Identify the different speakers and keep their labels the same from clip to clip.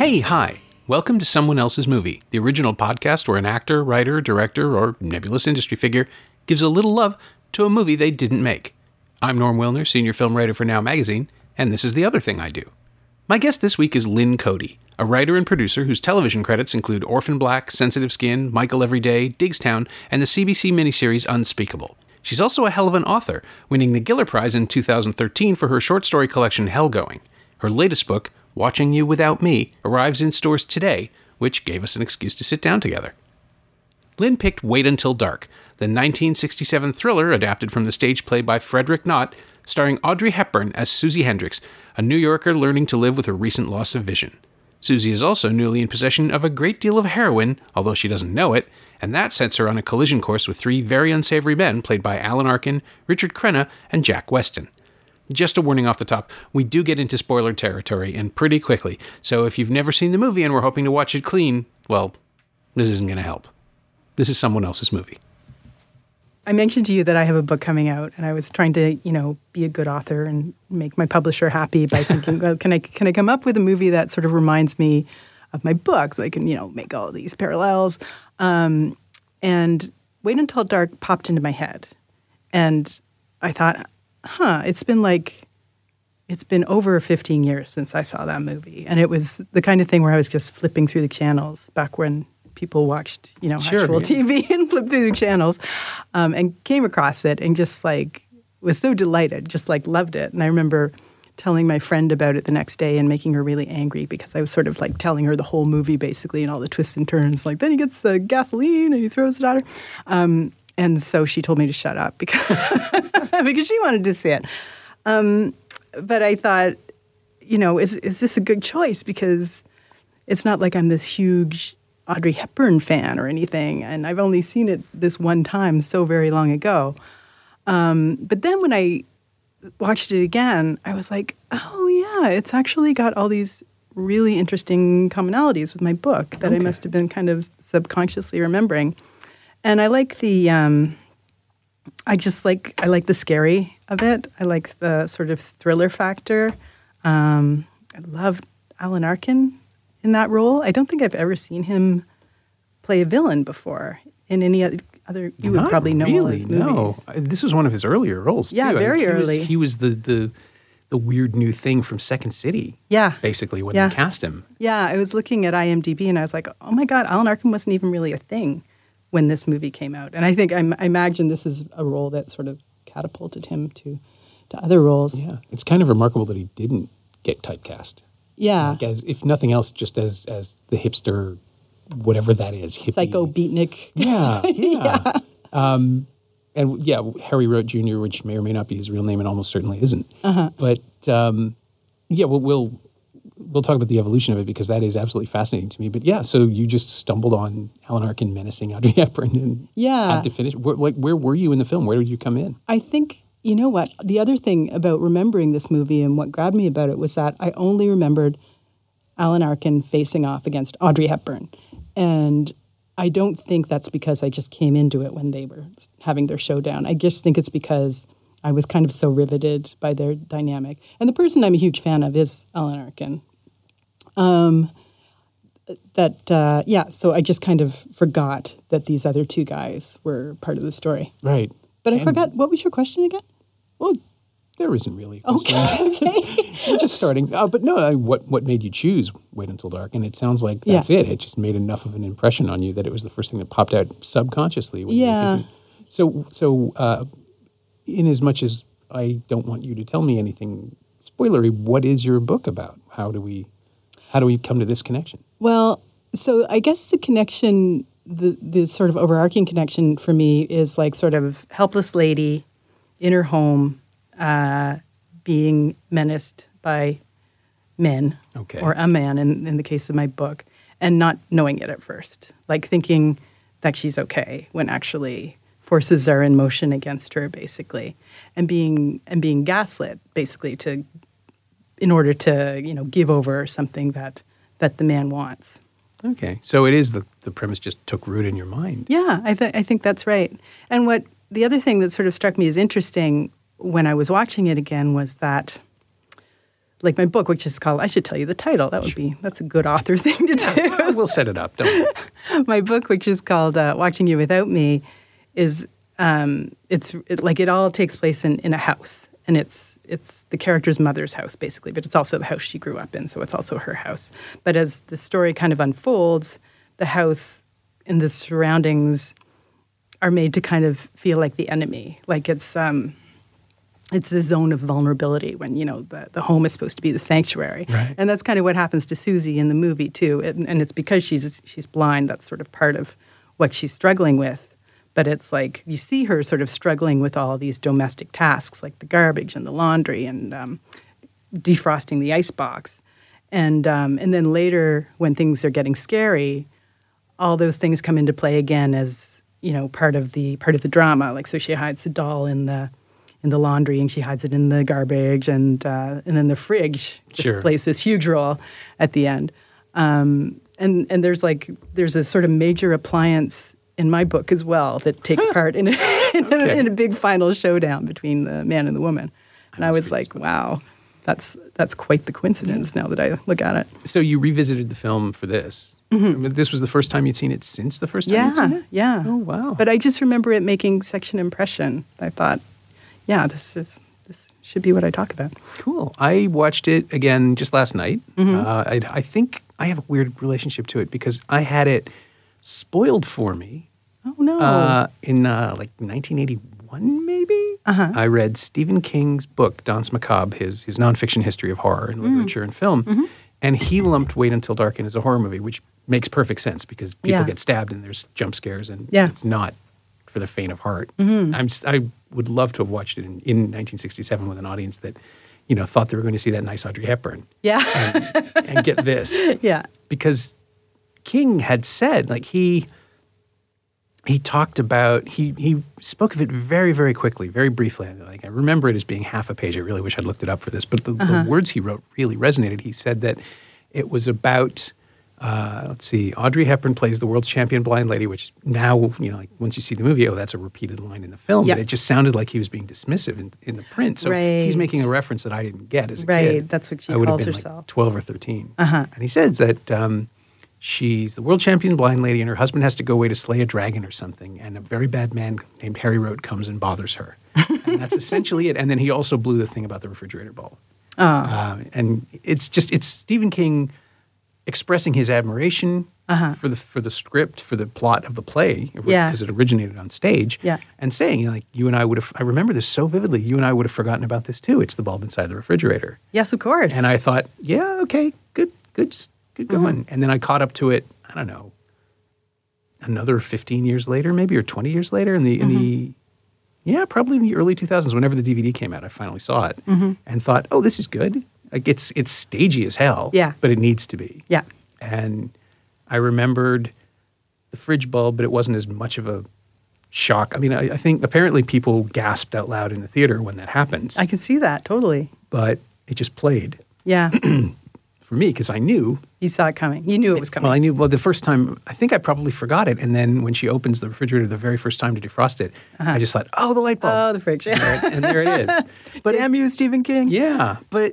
Speaker 1: Hey, hi. Welcome to Someone Else's Movie, the original podcast where an actor, writer, director, or nebulous industry figure gives a little love to a movie they didn't make. I'm Norm Wilner, senior film writer for Now Magazine, and this is the other thing I do. My guest this week is Lynn Cody, a writer and producer whose television credits include Orphan Black, Sensitive Skin, Michael Everyday, Digstown, and the CBC miniseries Unspeakable. She's also a hell of an author, winning the Giller Prize in 2013 for her short story collection Hellgoing. Her latest book, Watching You Without Me, arrives in stores today, which gave us an excuse to sit down together. Lynn picked Wait Until Dark, the 1967 thriller adapted from the stage play by Frederick Knott, starring Audrey Hepburn as Susie Hendricks, a New Yorker learning to live with her recent loss of vision. Susie is also newly in possession of a great deal of heroin, although she doesn't know it, and that sets her on a collision course with three very unsavory men played by Alan Arkin, Richard Crenna, and Jack Weston. Just a warning off the top, we do get into spoiler territory and pretty quickly, so if you've never seen the movie and were hoping to watch it clean, well, this isn't going to help. This is someone else's movie.
Speaker 2: I mentioned to you that I have a book coming out, and I was trying to, you know, be a good author and make my publisher happy by thinking, well, can I can I come up with a movie that sort of reminds me of my book, so I can, you know, make all these parallels. Um, and Wait Until Dark popped into my head, and I thought, huh, it's been like it's been over 15 years since I saw that movie. And it was the kind of thing where I was just flipping through the channels back when people watched, you know,
Speaker 1: Sure,
Speaker 2: actual
Speaker 1: yeah.
Speaker 2: TV and flipped through the channels um, and came across it and just like was so delighted, just like loved it. And I remember telling my friend about it the next day and making her really angry because I was sort of like telling her the whole movie basically and all the twists and turns. Like then he gets the gasoline and he throws it at her. Um, and so she told me to shut up because, because she wanted to see it but I thought, you know, is is this a good choice? Because it's not like I'm this huge Audrey Hepburn fan or anything, and I've only seen it this one time so very long ago. Um, but then when I watched it again, I was like, oh yeah, it's actually got all these really interesting commonalities with my book that I must have been kind of subconsciously remembering. And I like the. Um, I just like I like the scary of it. I like the sort of thriller factor. Um, I love Alan Arkin in that role. I don't think I've ever seen him play a villain before in any oth- other. You would
Speaker 1: Not
Speaker 2: probably know all
Speaker 1: really,
Speaker 2: his movies.
Speaker 1: no. I- This was one of his earlier roles.
Speaker 2: Yeah,
Speaker 1: too. I
Speaker 2: very
Speaker 1: he was-
Speaker 2: early.
Speaker 1: he was the the the weird new thing from Second City.
Speaker 2: Yeah.
Speaker 1: basically when
Speaker 2: Yeah.
Speaker 1: they cast him.
Speaker 2: Yeah, I was looking at IMDb and I was like, oh my God, Alan Arkin wasn't even really a thing when this movie came out. And I think I'm, I imagine this is a role that sort of catapulted him to to other roles.
Speaker 3: Yeah, it's kind of remarkable that he didn't get typecast.
Speaker 2: Yeah.
Speaker 3: Like as if nothing else, just as as the hipster, whatever that is, hippie.
Speaker 2: Psycho beatnik.
Speaker 3: Yeah, yeah. Um, and yeah, Harry Rote Jr., which may or may not be his real name, and almost certainly isn't. But um, yeah, we'll, we'll we'll talk about the evolution of it because that is absolutely fascinating to me. But yeah, so you just stumbled on Alan Arkin menacing Audrey Hepburn and
Speaker 2: Yeah.
Speaker 3: had to finish. Where, like, where were you in the film? Where did you come in?
Speaker 2: I think you know what the other thing about remembering this movie and what grabbed me about it was that I only remembered Alan Arkin facing off against Audrey Hepburn, and I don't think that's because I just came into it when they were having their showdown. I just think it's because I was kind of so riveted by their dynamic, and the person I'm a huge fan of is Alan Arkin. Um, that uh, yeah, so I just kind of forgot that these other two guys were part of the story.
Speaker 3: Right.
Speaker 2: But I forgot what was your question again?
Speaker 3: Well, there isn't really. Okay. We're just starting. Uh, but no, I, what what made you choose Wait Until Dark? And it sounds like
Speaker 2: Yeah.
Speaker 3: that's it. It just made enough of an impression on you that it was the first thing that popped out subconsciously. When You
Speaker 2: Yeah.
Speaker 3: were thinking. So so, uh, in as much as I don't want you to tell me anything spoilery, what is your book about? How do we how do we come to this connection?
Speaker 2: Well, so I guess the connection, the, the sort of overarching connection for me is like sort of helpless lady in her home uh, being menaced by men
Speaker 3: Okay.
Speaker 2: or a man in, in the case of my book and not knowing it at first, like thinking that she's okay when actually forces are in motion against her basically and being and being gaslit basically to in order to you know give over something that that the man wants
Speaker 3: Okay. So it is the, the premise just took root in your mind.
Speaker 2: Yeah, I, th- I think that's right. And what the other thing that sort of struck me as interesting when I was watching it again was that, like my book, which is called, I should tell you the title. That would be, that's a good author thing to do.
Speaker 3: Well, we'll set it up, don't we?
Speaker 2: my book, which is called uh, "Watching You Without Me," is um, it's it, like it all takes place in, in a house, and it's it's the character's mother's house basically, but it's also the house she grew up in, so it's also her house. But as the story kind of unfolds, the house and the surroundings are made to kind of feel like the enemy, like it's. Um, it's a zone of vulnerability when you know the, the home is supposed to be the sanctuary
Speaker 4: Right.
Speaker 2: and that's kind of what happens to susie in the movie too and, and it's because she's she's blind that's sort of part of what she's struggling with but it's like you see her sort of struggling with all these domestic tasks like the garbage and the laundry and um, defrosting the icebox and um, and then later when things are getting scary all those things come into play again as you know part of the part of the drama. Like so, she hides the doll in the in the laundry, and she hides it in the garbage, and uh, and then the fridge just
Speaker 3: Sure.
Speaker 2: plays this huge role at the end. Um, and and there's like there's a sort of major appliance in my book as well that takes part in a, in,
Speaker 3: Okay.
Speaker 2: a, in a big final showdown between the man and the woman. And I, was like, wow, that's that's quite the coincidence. Now that I look at it.
Speaker 3: So you revisited the film for this. I mean, this was the first time you'd seen it since the first time you'd seen
Speaker 2: Mm-hmm. Yeah,
Speaker 3: it?
Speaker 2: yeah.
Speaker 3: Oh, wow.
Speaker 2: But uh, I just remember it making such an impression. I thought, yeah, this is this should be what I talk about.
Speaker 3: Cool. I watched it again just last night.
Speaker 2: Mm-hmm.
Speaker 3: Uh, I, I think I have a weird relationship to it because I had it spoiled for me
Speaker 2: Oh no.
Speaker 3: uh, in uh, like 1981, maybe. Uh-huh. I read Stephen King's book, Dance Macabre, his his nonfiction history of horror and
Speaker 2: Mm.
Speaker 3: literature and film,
Speaker 2: Mm-hmm.
Speaker 3: and he lumped Wait Until Dark in as a horror movie, which makes perfect sense because people
Speaker 2: Yeah.
Speaker 3: get stabbed and there's jump scares and
Speaker 2: Yeah. Mm-hmm.
Speaker 3: it's not for the faint of heart. I'm s- I would love to have watched it in, in 1967 with an audience that, you know, thought they were going to see that nice Audrey Hepburn
Speaker 2: yeah.
Speaker 3: and get this
Speaker 2: yeah.
Speaker 3: because King had said like he he talked about he he spoke of it very very quickly very briefly And, like I remember it as being half a page I really wish I'd looked it up for this but the, the words he wrote really resonated he said that it was about uh, let's see Audrey Hepburn plays the world's champion blind lady which now you know like once you see the movie oh that's a repeated line in the film
Speaker 2: Yeah.
Speaker 3: but it just sounded like he was being dismissive in, in the print so he's
Speaker 2: Right.
Speaker 3: making a reference that I didn't get as a
Speaker 2: Right,
Speaker 3: kid.
Speaker 2: that's what she
Speaker 3: I would have
Speaker 2: calls
Speaker 3: been, like,
Speaker 2: herself. Uh-huh.
Speaker 3: 12 or 13. And he said that um, she's the world champion blind lady, and her husband has to go away to slay a dragon or something, and a very bad man named Harry Road comes and bothers her. and that's essentially it. And then he also blew the thing about the refrigerator bulb.
Speaker 2: Oh.
Speaker 3: Um, and it's just, it's Stephen King expressing his admiration for the for the script, for the plot of the play, because
Speaker 2: Uh-huh. Yeah.
Speaker 3: it originated on stage,
Speaker 2: Yeah.
Speaker 3: and saying, like, you and I would have, I remember this so vividly, you and I would have forgotten about this too. It's the bulb inside the refrigerator.
Speaker 2: Yes, Uh-huh. of course.
Speaker 3: And I thought, yeah, okay, good, good, s- good going. And then I caught up to it. I don't know, another fifteen years later, maybe or twenty years later, in the in
Speaker 2: Uh-huh.
Speaker 3: the yeah, probably in the early two thousands, whenever the DVD came out, I finally saw it
Speaker 2: Mm-hmm.
Speaker 3: and thought, oh, this is good. Like it's it's stagey as hell,
Speaker 2: Yeah.
Speaker 3: but it needs to be.
Speaker 2: Yeah.
Speaker 3: And I remembered the fridge bulb, but it wasn't as much of a shock. I mean, I, I think apparently people gasped out loud in the theater when that happens,
Speaker 2: I can see that totally.
Speaker 3: but it just played
Speaker 2: Yeah.
Speaker 3: for me because I knew.
Speaker 2: you saw it coming. You knew it was coming.
Speaker 3: Well, I knew. Well, the first time, I think I probably forgot it. And then when she opens the refrigerator the very first time to defrost it, I just thought, oh, the light
Speaker 2: Uh-huh. oh,
Speaker 3: bulb.
Speaker 2: the fridge.
Speaker 3: and, there it, and there it is. But
Speaker 2: Damn you, Stephen King.
Speaker 3: yeah, but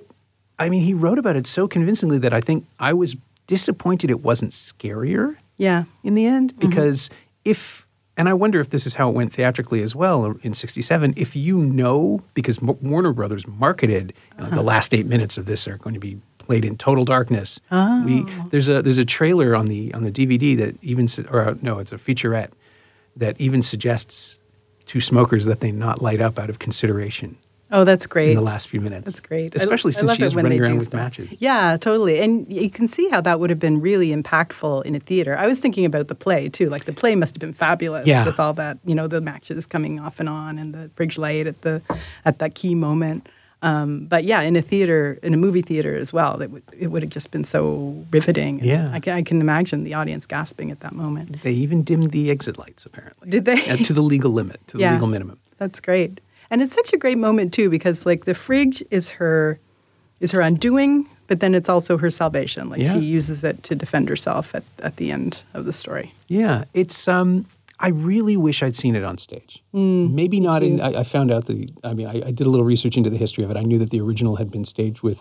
Speaker 3: I mean, he wrote about it so convincingly that I think I was disappointed it wasn't scarier
Speaker 2: Yeah.
Speaker 3: in the end
Speaker 2: Mm-hmm.
Speaker 3: because if and I wonder if this is how it went theatrically as well in '67. If you know, because M- Warner Brothers marketed you know,
Speaker 2: Uh-huh.
Speaker 3: the last eight minutes of this are going to be played in total darkness. We
Speaker 2: Oh.
Speaker 3: there's a there's a trailer on the on the DVD that even su- or uh, no, it's a featurette that even suggests to smokers that they not light up out of consideration
Speaker 2: Oh, that's great.
Speaker 3: in the last few minutes.
Speaker 2: That's great. I-
Speaker 3: especially
Speaker 2: I
Speaker 3: since
Speaker 2: love
Speaker 3: she
Speaker 2: it
Speaker 3: is
Speaker 2: when
Speaker 3: running
Speaker 2: they do
Speaker 3: around with
Speaker 2: stuff.
Speaker 3: matches.
Speaker 2: Yeah, totally. And you can see how that would have been really impactful in a theater. I was thinking about the play too. Like the play must have been fabulous
Speaker 3: Yeah.
Speaker 2: with all that, you know, the matches coming off and on and the fridge light at the at that key moment. Um, but yeah, in a theater, in a movie theater as well, that would it would have just been so riveting. And
Speaker 3: Yeah.
Speaker 2: I can, I can imagine the audience gasping at that moment.
Speaker 3: They even dimmed the exit lights apparently.
Speaker 2: Did they?
Speaker 3: Uh, to the legal limit, to the legal minimum.
Speaker 2: That's great. And it's such a great moment too because like the fridge is her is her undoing, But then it's also her salvation. Like
Speaker 1: Yeah.
Speaker 2: she uses it to defend herself at, at the end of the story.
Speaker 3: Yeah, it's. Um, I really wish I'd seen it on stage. Maybe not. In, I, I found out the. I mean, I, I did a little research into the history of it. I knew that the original had been staged with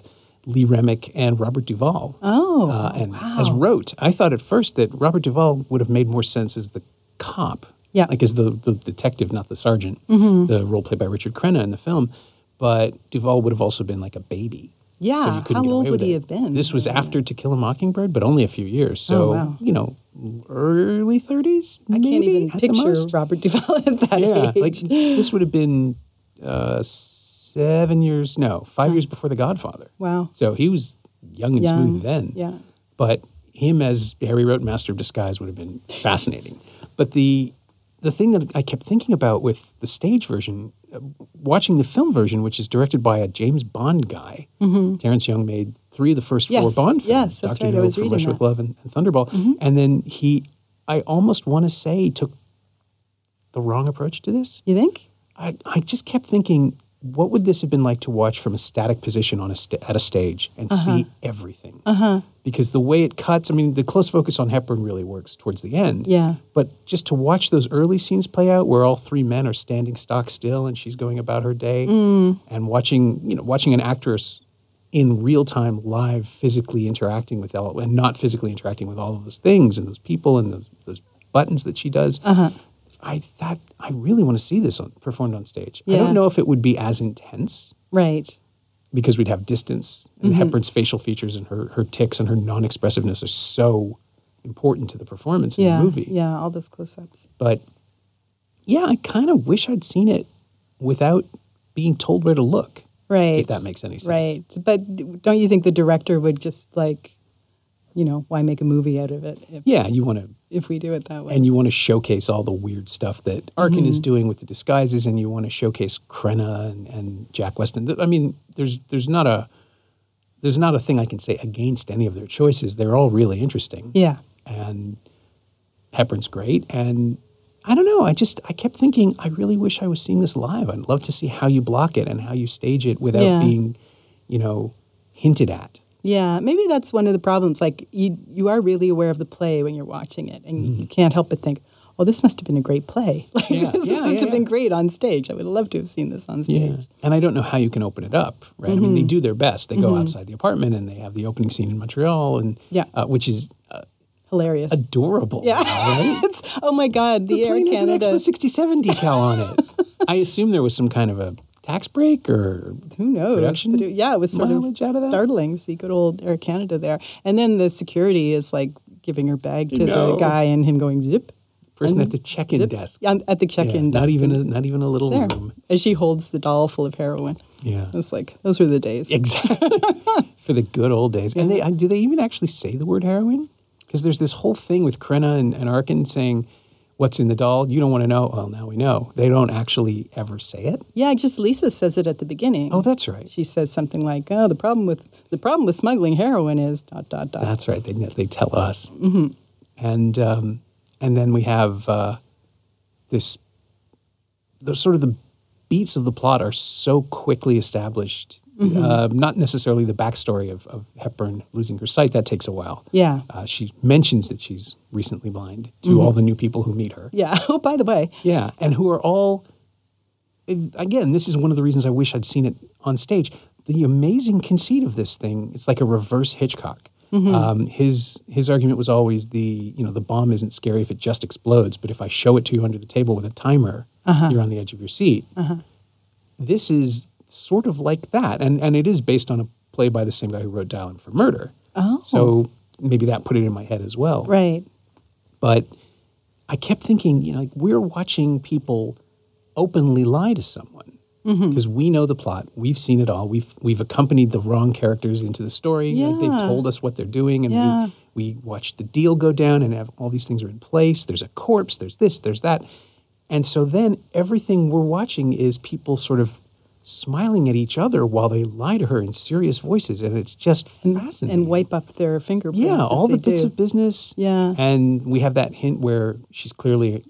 Speaker 3: Lee Remick and Robert Duvall.
Speaker 2: Oh,
Speaker 3: uh, and as Rote. I thought at first that Robert Duvall would have made more sense as the cop.
Speaker 2: Yeah. Mm-hmm.
Speaker 3: like as the, the detective, not the sergeant. The role played by Richard Crenna in the film, but Duvall would have also been like a baby. so
Speaker 2: Yeah,
Speaker 3: you couldn't
Speaker 2: how
Speaker 3: get
Speaker 2: old
Speaker 3: away
Speaker 2: would
Speaker 3: with
Speaker 2: he
Speaker 3: it.
Speaker 2: have been?
Speaker 3: This was after To Kill a Mockingbird, but only a few years. So
Speaker 2: Oh, wow.
Speaker 3: you know, early 30s.
Speaker 5: I can't
Speaker 3: maybe,
Speaker 5: even
Speaker 3: at the
Speaker 5: picture
Speaker 3: most.
Speaker 5: Robert Duvall at that
Speaker 3: Yeah,
Speaker 5: age.
Speaker 3: like this would have been uh, seven years, no, five years before The Godfather.
Speaker 2: Wow.
Speaker 3: So he was young and
Speaker 5: Young,
Speaker 3: smooth then.
Speaker 5: yeah.
Speaker 3: But him as Harry wrote Master of Disguise would have been fascinating. But the the thing that I kept thinking about with the stage version, uh, watching the film version, which is directed by a James Bond guy,
Speaker 5: Mm-hmm.
Speaker 3: Terrence Young made three of the first four
Speaker 5: Yes,
Speaker 3: Bond films.
Speaker 5: yes, that's
Speaker 3: Dr.
Speaker 5: right, I
Speaker 3: No
Speaker 5: was
Speaker 3: from
Speaker 5: reading
Speaker 3: Rush
Speaker 5: that. Mm-hmm.
Speaker 3: with Love and, and Thunderball. And then he, I almost want to say, took the wrong approach to this.
Speaker 5: you think?
Speaker 3: I, I just kept thinking, what would this have been like to watch from a static position on a sta at a stage and
Speaker 5: Uh-huh.
Speaker 3: see everything? Uh-huh. Because the way it cuts, I mean, the close focus on Hepburn really works towards the end.
Speaker 5: Yeah.
Speaker 3: But just to watch those early scenes play out, where all three men are standing stock still and she's going about her day,
Speaker 5: Mm.
Speaker 3: and watching, you know, watching an actress in real time, live, physically interacting with all, and not physically interacting with all of those things and those people and those those buttons that she does. Uh-huh. I thought I really want to see this on, performed on stage. I
Speaker 5: Yeah.
Speaker 3: don't know if it would be as intense
Speaker 5: Right.
Speaker 3: because we'd have distance and
Speaker 5: Mm-hmm.
Speaker 3: Hepburn's facial features and her her ticks and her non-expressiveness are so important to the performance in
Speaker 5: Yeah.
Speaker 3: the movie.
Speaker 5: Yeah. All those close-ups.
Speaker 3: But yeah, I kind of wish I'd seen it without being told where to look.
Speaker 5: Right.
Speaker 3: If that makes any sense.
Speaker 5: Right. But don't you think the director would just like, you know, why make a movie out of it if,
Speaker 3: Yeah, you want to
Speaker 5: if we do it that way?
Speaker 3: and you want to showcase all the weird stuff that Arkin is doing with the disguises, and you want to showcase Krenna and, and Jack Weston. Th- I mean, there's there's not a there's not a thing I can say against any of their choices. They're all really interesting,
Speaker 5: yeah.
Speaker 3: and Hepburn's great. And I don't know. I just I kept thinking I really wish I was seeing this live. I'd love to see how you block it and how you stage it without
Speaker 5: Yeah.
Speaker 3: being, you know, hinted at.
Speaker 5: Yeah, maybe that's one of the problems. Like you, you are really aware of the play when you're watching it, and you can't help but think, "Oh, this must have been a great play. Like
Speaker 3: Mm-hmm. Yeah,
Speaker 5: this
Speaker 3: yeah,
Speaker 5: must
Speaker 3: yeah,
Speaker 5: have been
Speaker 3: yeah.
Speaker 5: great on stage. I would love to have seen this on stage."
Speaker 3: Yeah. And I don't know how you can open it up, right? I mean,
Speaker 5: Mm-hmm.
Speaker 3: they do their best. They go outside the apartment and they have the opening scene in Montreal, and
Speaker 5: Yeah.
Speaker 3: uh, which is uh,
Speaker 5: Hilarious.
Speaker 3: adorable. Yeah. Right?
Speaker 5: It's- oh my God, the,
Speaker 3: the
Speaker 5: Air
Speaker 3: plane has an
Speaker 5: Canada.
Speaker 3: Expo 67 decal on it. I assume there was some kind of a tax break or
Speaker 5: Who knows?
Speaker 3: production
Speaker 5: But it- yeah, it was sort of,
Speaker 3: mileage out of that?
Speaker 5: startling to see good old Air Canada there, and then the security is like giving her bag to the
Speaker 3: know.
Speaker 5: guy, and him going zip
Speaker 3: person at the check-in
Speaker 5: zip
Speaker 3: desk.
Speaker 5: on- at the
Speaker 3: Yeah,
Speaker 5: check-in.
Speaker 3: not
Speaker 5: desk
Speaker 3: even
Speaker 5: and
Speaker 3: a, not even a little
Speaker 5: there,
Speaker 3: room.
Speaker 5: as she holds the doll full of heroin.
Speaker 3: Yeah.
Speaker 5: It's like those were the days.
Speaker 3: Exactly. For the good old days. And they uh, do they even actually say the word heroin? Because there's this whole thing with Krenna and, and Arkin saying, What's in the doll? You don't want to know. Well, now we know. They don't actually ever say it.
Speaker 5: Yeah, just Lisa says it at the beginning.
Speaker 3: Oh, that's right.
Speaker 5: She says something like, "Oh, the problem with the problem with smuggling heroin is dot dot dot."
Speaker 3: That's right. They, they tell us. And, um, and then we have uh, this, the, sort of the beats of the plot are so quickly established. Uh, not necessarily the backstory of, of Hepburn losing her sight. That takes a while.
Speaker 5: Yeah.
Speaker 3: Uh, she mentions that she's recently blind to all the new people who meet her.
Speaker 5: Yeah. Oh, by the way,
Speaker 3: Yeah, and who are all again, this is one of the reasons I wish I'd seen it on stage. The amazing conceit of this thing, it's like a reverse Hitchcock.
Speaker 5: Mm-hmm.
Speaker 3: Um, his his argument was always the you know the bomb isn't scary if it just explodes, but if I show it to you under the table with a timer,
Speaker 5: Uh-huh.
Speaker 3: you're on the edge of your seat. This is sort of like that, and and it is based on a play by the same guy who wrote Dialing for Murder.
Speaker 5: Oh.
Speaker 3: so maybe that put it in my head as well
Speaker 5: right.
Speaker 3: but I kept thinking, you know, like we're watching people openly lie to someone
Speaker 5: Mm-hmm.
Speaker 3: because we know the plot, we've seen it all, we've we've accompanied the wrong characters into the story. Like they've
Speaker 5: Yeah.
Speaker 3: told us what they're doing, and
Speaker 5: Yeah.
Speaker 3: we we watched the deal go down, and have all these things are in place. There's a corpse, there's this, there's that, and so then everything we're watching is people sort of smiling at each other while they lie to her in serious voices, and it's just fascinating.
Speaker 5: And wipe up their fingerprints.
Speaker 3: Yeah,
Speaker 5: as
Speaker 3: all the
Speaker 5: they
Speaker 3: bits
Speaker 5: do.
Speaker 3: of business.
Speaker 5: Yeah.
Speaker 3: And
Speaker 2: Mm-hmm.
Speaker 3: we have that hint where she's clearly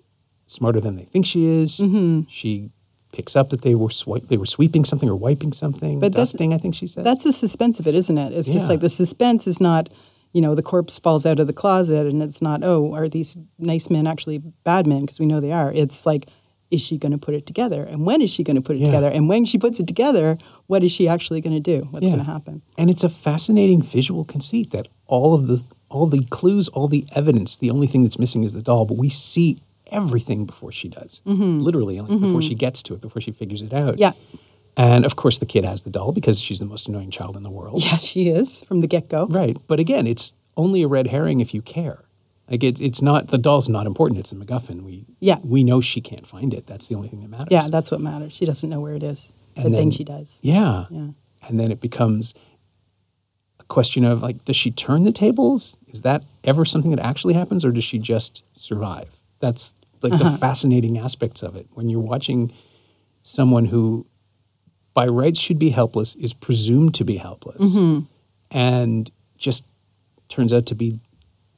Speaker 3: smarter than they think she is. She picks up that they were swi- they were sweeping something or wiping something,
Speaker 2: But that's-
Speaker 3: dusting. I think she says
Speaker 2: That's the suspense of it, isn't it? It's just
Speaker 3: Yeah.
Speaker 2: like the suspense is not, you know, the corpse falls out of the closet and it's not, oh, are these nice men actually bad men? Because we know they are. It's like, is she going to put it together? And when is she going to put it
Speaker 3: Yeah.
Speaker 2: together? And when she puts it together, what is she actually going to do? What's going to happen?
Speaker 3: And it's a fascinating visual conceit that all of the all the clues, all the evidence, the only thing that's missing is the doll, but we see everything before she does. Literally, like before she gets to it, before she figures it out.
Speaker 2: Mm-hmm. Yeah.
Speaker 3: And of course the kid has the doll because she's the most annoying child in the world.
Speaker 2: Yes, she is from the get go.
Speaker 3: Right. But again, it's only a red herring if you care. Like it, it's not the doll's not important, it's a MacGuffin. We
Speaker 2: Yeah.
Speaker 3: we know she can't find it. That's the only thing that matters.
Speaker 2: Yeah, that's what matters. She doesn't know where it is. The
Speaker 3: And then-
Speaker 2: thing she does.
Speaker 3: Yeah.
Speaker 2: Yeah.
Speaker 3: And then it becomes a question of like, does she turn the tables? Is that ever something that actually happens or does she just survive? That's like the fascinating aspects of it. When you're watching someone who by rights should be helpless is presumed to be helpless and just turns out to be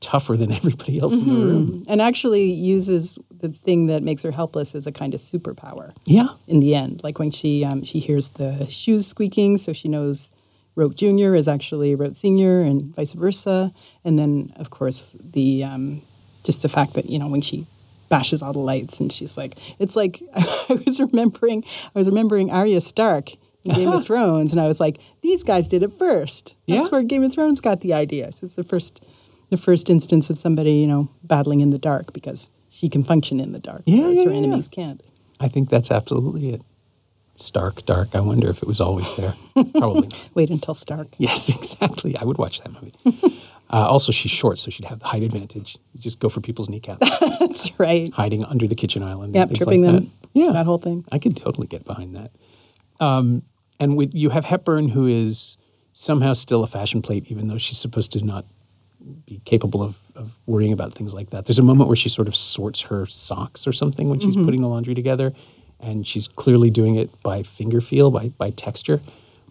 Speaker 3: tougher than everybody else
Speaker 2: Mm-hmm.
Speaker 3: in the room.
Speaker 2: Hmm. And actually uses the thing that makes her helpless as a kind of superpower.
Speaker 3: Yeah.
Speaker 2: in the end. Like when she um, she hears the shoes squeaking, so she knows Rote Junior is actually Rote Senior, and vice versa. And then of course the um, just the fact that you know when she bashes all the lights and she's like, it's like I was remembering I was remembering Arya Stark. in Game of Thrones, and I was like, "These guys did it first. That's
Speaker 3: Yeah.
Speaker 2: where Game of Thrones got the idea. It's the first, the first instance of somebody, you know, battling in the dark because she can function in the dark,
Speaker 3: Yeah,
Speaker 2: whereas
Speaker 3: yeah,
Speaker 2: her
Speaker 3: yeah, yeah.
Speaker 2: enemies can't."
Speaker 3: I think that's absolutely it. Stark, dark. I wonder if it was always there. Probably not.
Speaker 2: Wait until Stark.
Speaker 3: Yes, exactly. I would watch that movie. uh, also, she's short, so she'd have the height advantage. You just go for people's kneecaps,
Speaker 2: That's right.
Speaker 3: hiding under the kitchen island. and
Speaker 2: Yep,
Speaker 3: things
Speaker 2: tripping
Speaker 3: like
Speaker 2: them.
Speaker 3: That. Yeah,
Speaker 2: that whole thing.
Speaker 3: I could totally get behind that. Um, and with you have Hepburn, who is somehow still a fashion plate, even though she's supposed to not be capable of, of worrying about things like that. There's a moment where she sort of sorts her socks or something when she's
Speaker 2: Mm-hmm.
Speaker 3: putting the laundry together, and she's clearly doing it by finger feel, by by texture,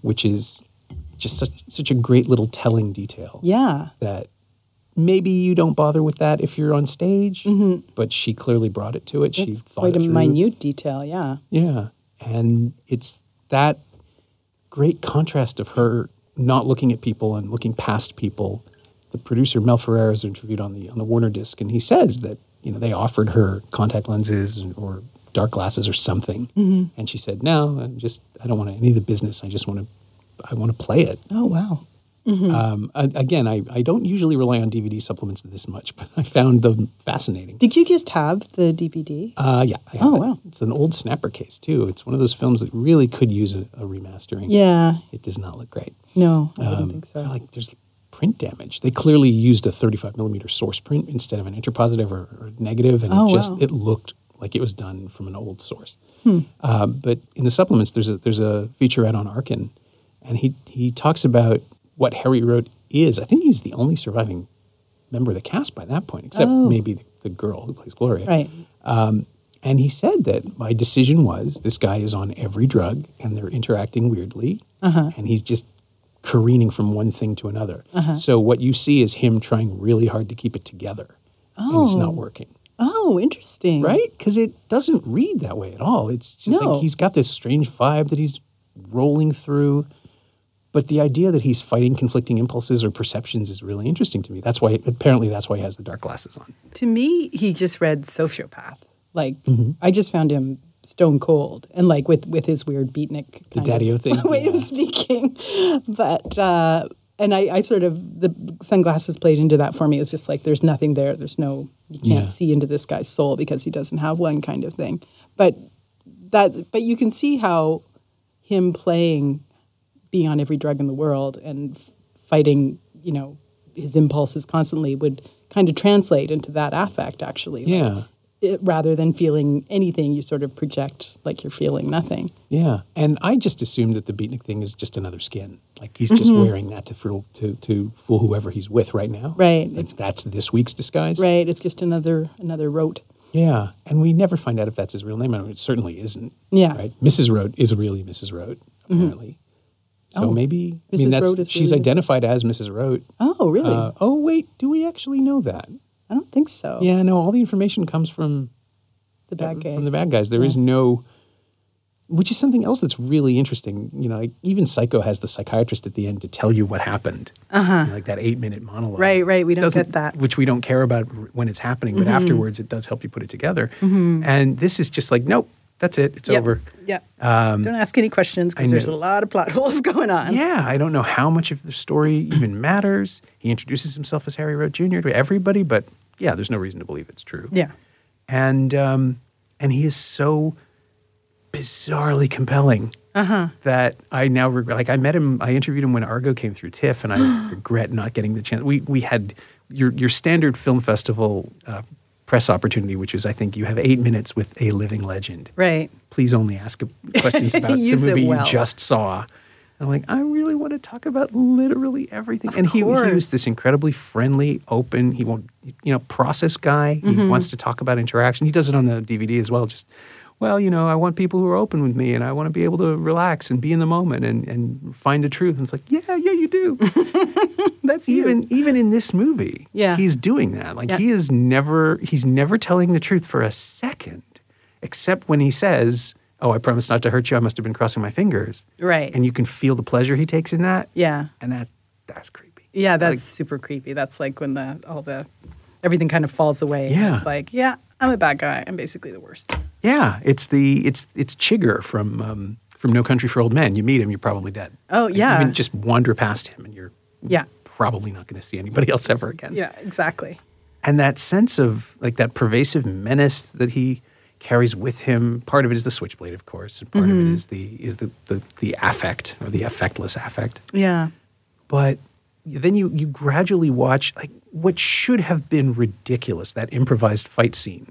Speaker 3: which is just such such a great little telling detail
Speaker 2: Yeah,
Speaker 3: that maybe you don't bother with that if you're on stage, but she clearly brought it to it. she
Speaker 2: Mm-hmm. it's
Speaker 3: thought
Speaker 2: quite
Speaker 3: it
Speaker 2: a
Speaker 3: through.
Speaker 2: minute detail. Yeah,
Speaker 3: Yeah. And it's that great contrast of her not looking at people and looking past people. The producer Mel Ferrer is interviewed on the on the Warner disc and he says that, you know, they offered her contact lenses and, or dark glasses or something. And she said, "No, I just I don't want any of the business. I just want to I want to play it."
Speaker 2: Oh wow.
Speaker 3: Um, a- again, I, I don't usually rely on DVD supplements this much, but I found them fascinating.
Speaker 2: Did you just have the DVD?
Speaker 3: Uh, yeah. I have
Speaker 2: Oh,
Speaker 3: it.
Speaker 2: wow.
Speaker 3: It's an old snapper case, too. It's one of those films that really could use a, a remastering.
Speaker 2: yeah.
Speaker 3: It does not look great.
Speaker 2: No, I don't
Speaker 3: Um,
Speaker 2: think so.
Speaker 3: Like, there's print damage. They clearly used a 35 millimeter source print instead of an interpositive or, or negative, and
Speaker 2: Oh,
Speaker 3: it just
Speaker 2: wow. Hmm.
Speaker 3: it looked like it was done from an old source. Uh, but in the supplements, there's a there's a featurette on Arkin, and he he talks about what Harry Road is. I think he's the only surviving member of the cast by that point, except
Speaker 2: Oh.
Speaker 3: maybe the, the girl who plays Gloria.
Speaker 2: right.
Speaker 3: And he said that my decision was this guy is on every drug and they're interacting weirdly. And he's just careening from one thing to another. So what you see is him trying really hard to keep it together. And it's not working.
Speaker 2: Oh, interesting.
Speaker 3: Right? Because it doesn't read that way at all. It's just
Speaker 2: No.
Speaker 3: like he's got this strange vibe that he's rolling through. But the idea that he's fighting conflicting impulses or perceptions is really interesting to me. That's why, apparently, that's why he has the dark glasses on.
Speaker 6: To me, he just read sociopath.
Speaker 2: Like
Speaker 3: Mm-hmm.
Speaker 2: I just found him stone cold and like with with his weird beatnik kind of
Speaker 3: daddy-o thing,
Speaker 2: way
Speaker 3: yeah.
Speaker 2: of speaking. But uh and I, I sort of the sunglasses played into that for me. It's just like there's nothing there. There's no you
Speaker 3: Yeah.
Speaker 2: can't see into this guy's soul because he doesn't have one kind of thing. But that but you can see how him playing being on every drug in the world and f- fighting you know his impulses constantly would kind of translate into that affect actually Like,
Speaker 3: Yeah.
Speaker 2: it- rather than feeling anything you sort of project like you're feeling nothing
Speaker 3: Yeah, and I just assumed that the beatnik thing is just another skin. Like he's just
Speaker 2: Mm-hmm.
Speaker 3: wearing that to fool to, to fool whoever he's with right now.
Speaker 2: Right.
Speaker 3: Like that's this week's disguise.
Speaker 2: right it's just another another rote
Speaker 3: Yeah, and we never find out if that's his real name. I mean, it certainly isn't.
Speaker 2: Yeah. Mm-hmm.
Speaker 3: Right. Mrs. Road is really Mrs. Road apparently. So
Speaker 2: Oh,
Speaker 3: maybe I
Speaker 2: Mrs.
Speaker 3: mean that's
Speaker 2: Road is
Speaker 3: she's
Speaker 2: really Mrs.
Speaker 3: identified as Mrs. Road.
Speaker 2: oh really
Speaker 3: Uh, oh wait, do we actually know that?
Speaker 2: i don't think so
Speaker 3: Yeah, no. All the information comes from
Speaker 2: the bad guys
Speaker 3: from the bad guys. There is no which is something else that's really interesting. You know, like even Psycho has the psychiatrist at the end to tell you what happened, uh-huh. like that eight-minute monologue.
Speaker 2: Right, right, we don't
Speaker 3: Doesn't-
Speaker 2: get that. Mm-hmm.
Speaker 3: which we don't care about r- when it's happening, but afterwards it does help you put it together. And this is just like, nope, that's it, it's
Speaker 2: Yep.
Speaker 3: over. Um,
Speaker 2: Yep. Don't ask any questions
Speaker 3: I
Speaker 2: because there's a
Speaker 3: know.
Speaker 2: lot of plot holes going on.
Speaker 3: Yeah, I don't know how much of the story even matters. He introduces himself as Harry Road Jr. to everybody, but yeah, there's no reason to believe it's true.
Speaker 2: Yeah.
Speaker 3: and um, and he is so bizarrely compelling that I now regret. Like I met him, I interviewed him when Argo came through TIFF, and I regret not getting the chance. We we had your your standard film festival uh, press opportunity, which is I think you have eight minutes with a living legend.
Speaker 2: Right.
Speaker 3: Please only ask questions about the
Speaker 2: Use it
Speaker 3: movie
Speaker 2: well.
Speaker 3: you just saw. And I'm like, I really want to talk about literally everything. and he, he was
Speaker 2: course.
Speaker 3: this incredibly friendly, open. He won't, you know, process guy.
Speaker 2: Mm-hmm.
Speaker 3: He wants to talk about interaction. He does it on the DVD as well. Just, well, you know, I want people who are open with me, and I want to be able to relax and be in the moment and and find the truth. And it's like, yeah, yeah, you do.
Speaker 2: That's
Speaker 3: even even in this movie,
Speaker 2: Yeah.
Speaker 3: he's doing that. Like
Speaker 2: Yeah.
Speaker 3: he is never he's never telling the truth for a second, except when he says, "Oh, I promise not to hurt you. I must have been crossing my fingers."
Speaker 2: Right.
Speaker 3: And you can feel the pleasure he takes in that.
Speaker 2: Yeah.
Speaker 3: And that's that's creepy.
Speaker 2: Yeah, that's super creepy. That's like when the all the everything kind of falls away.
Speaker 3: Yeah.
Speaker 2: It's like, yeah, I'm a bad guy. I'm basically the worst.
Speaker 3: Yeah, it's the it's it's Chigger from um, from No Country for Old Men. You meet him, you're probably dead.
Speaker 2: Oh,
Speaker 3: Like,
Speaker 2: yeah.
Speaker 3: Even just wander past him, and you're
Speaker 2: Yeah.
Speaker 3: probably not going to see anybody else ever again.
Speaker 2: Yeah, exactly.
Speaker 3: and that sense of like that pervasive menace that he carries with him part of it is the switchblade of course and part of it is the is the, the the affect or the affectless affect
Speaker 2: Yeah.
Speaker 3: but then you you gradually watch like what should have been ridiculous that improvised fight scene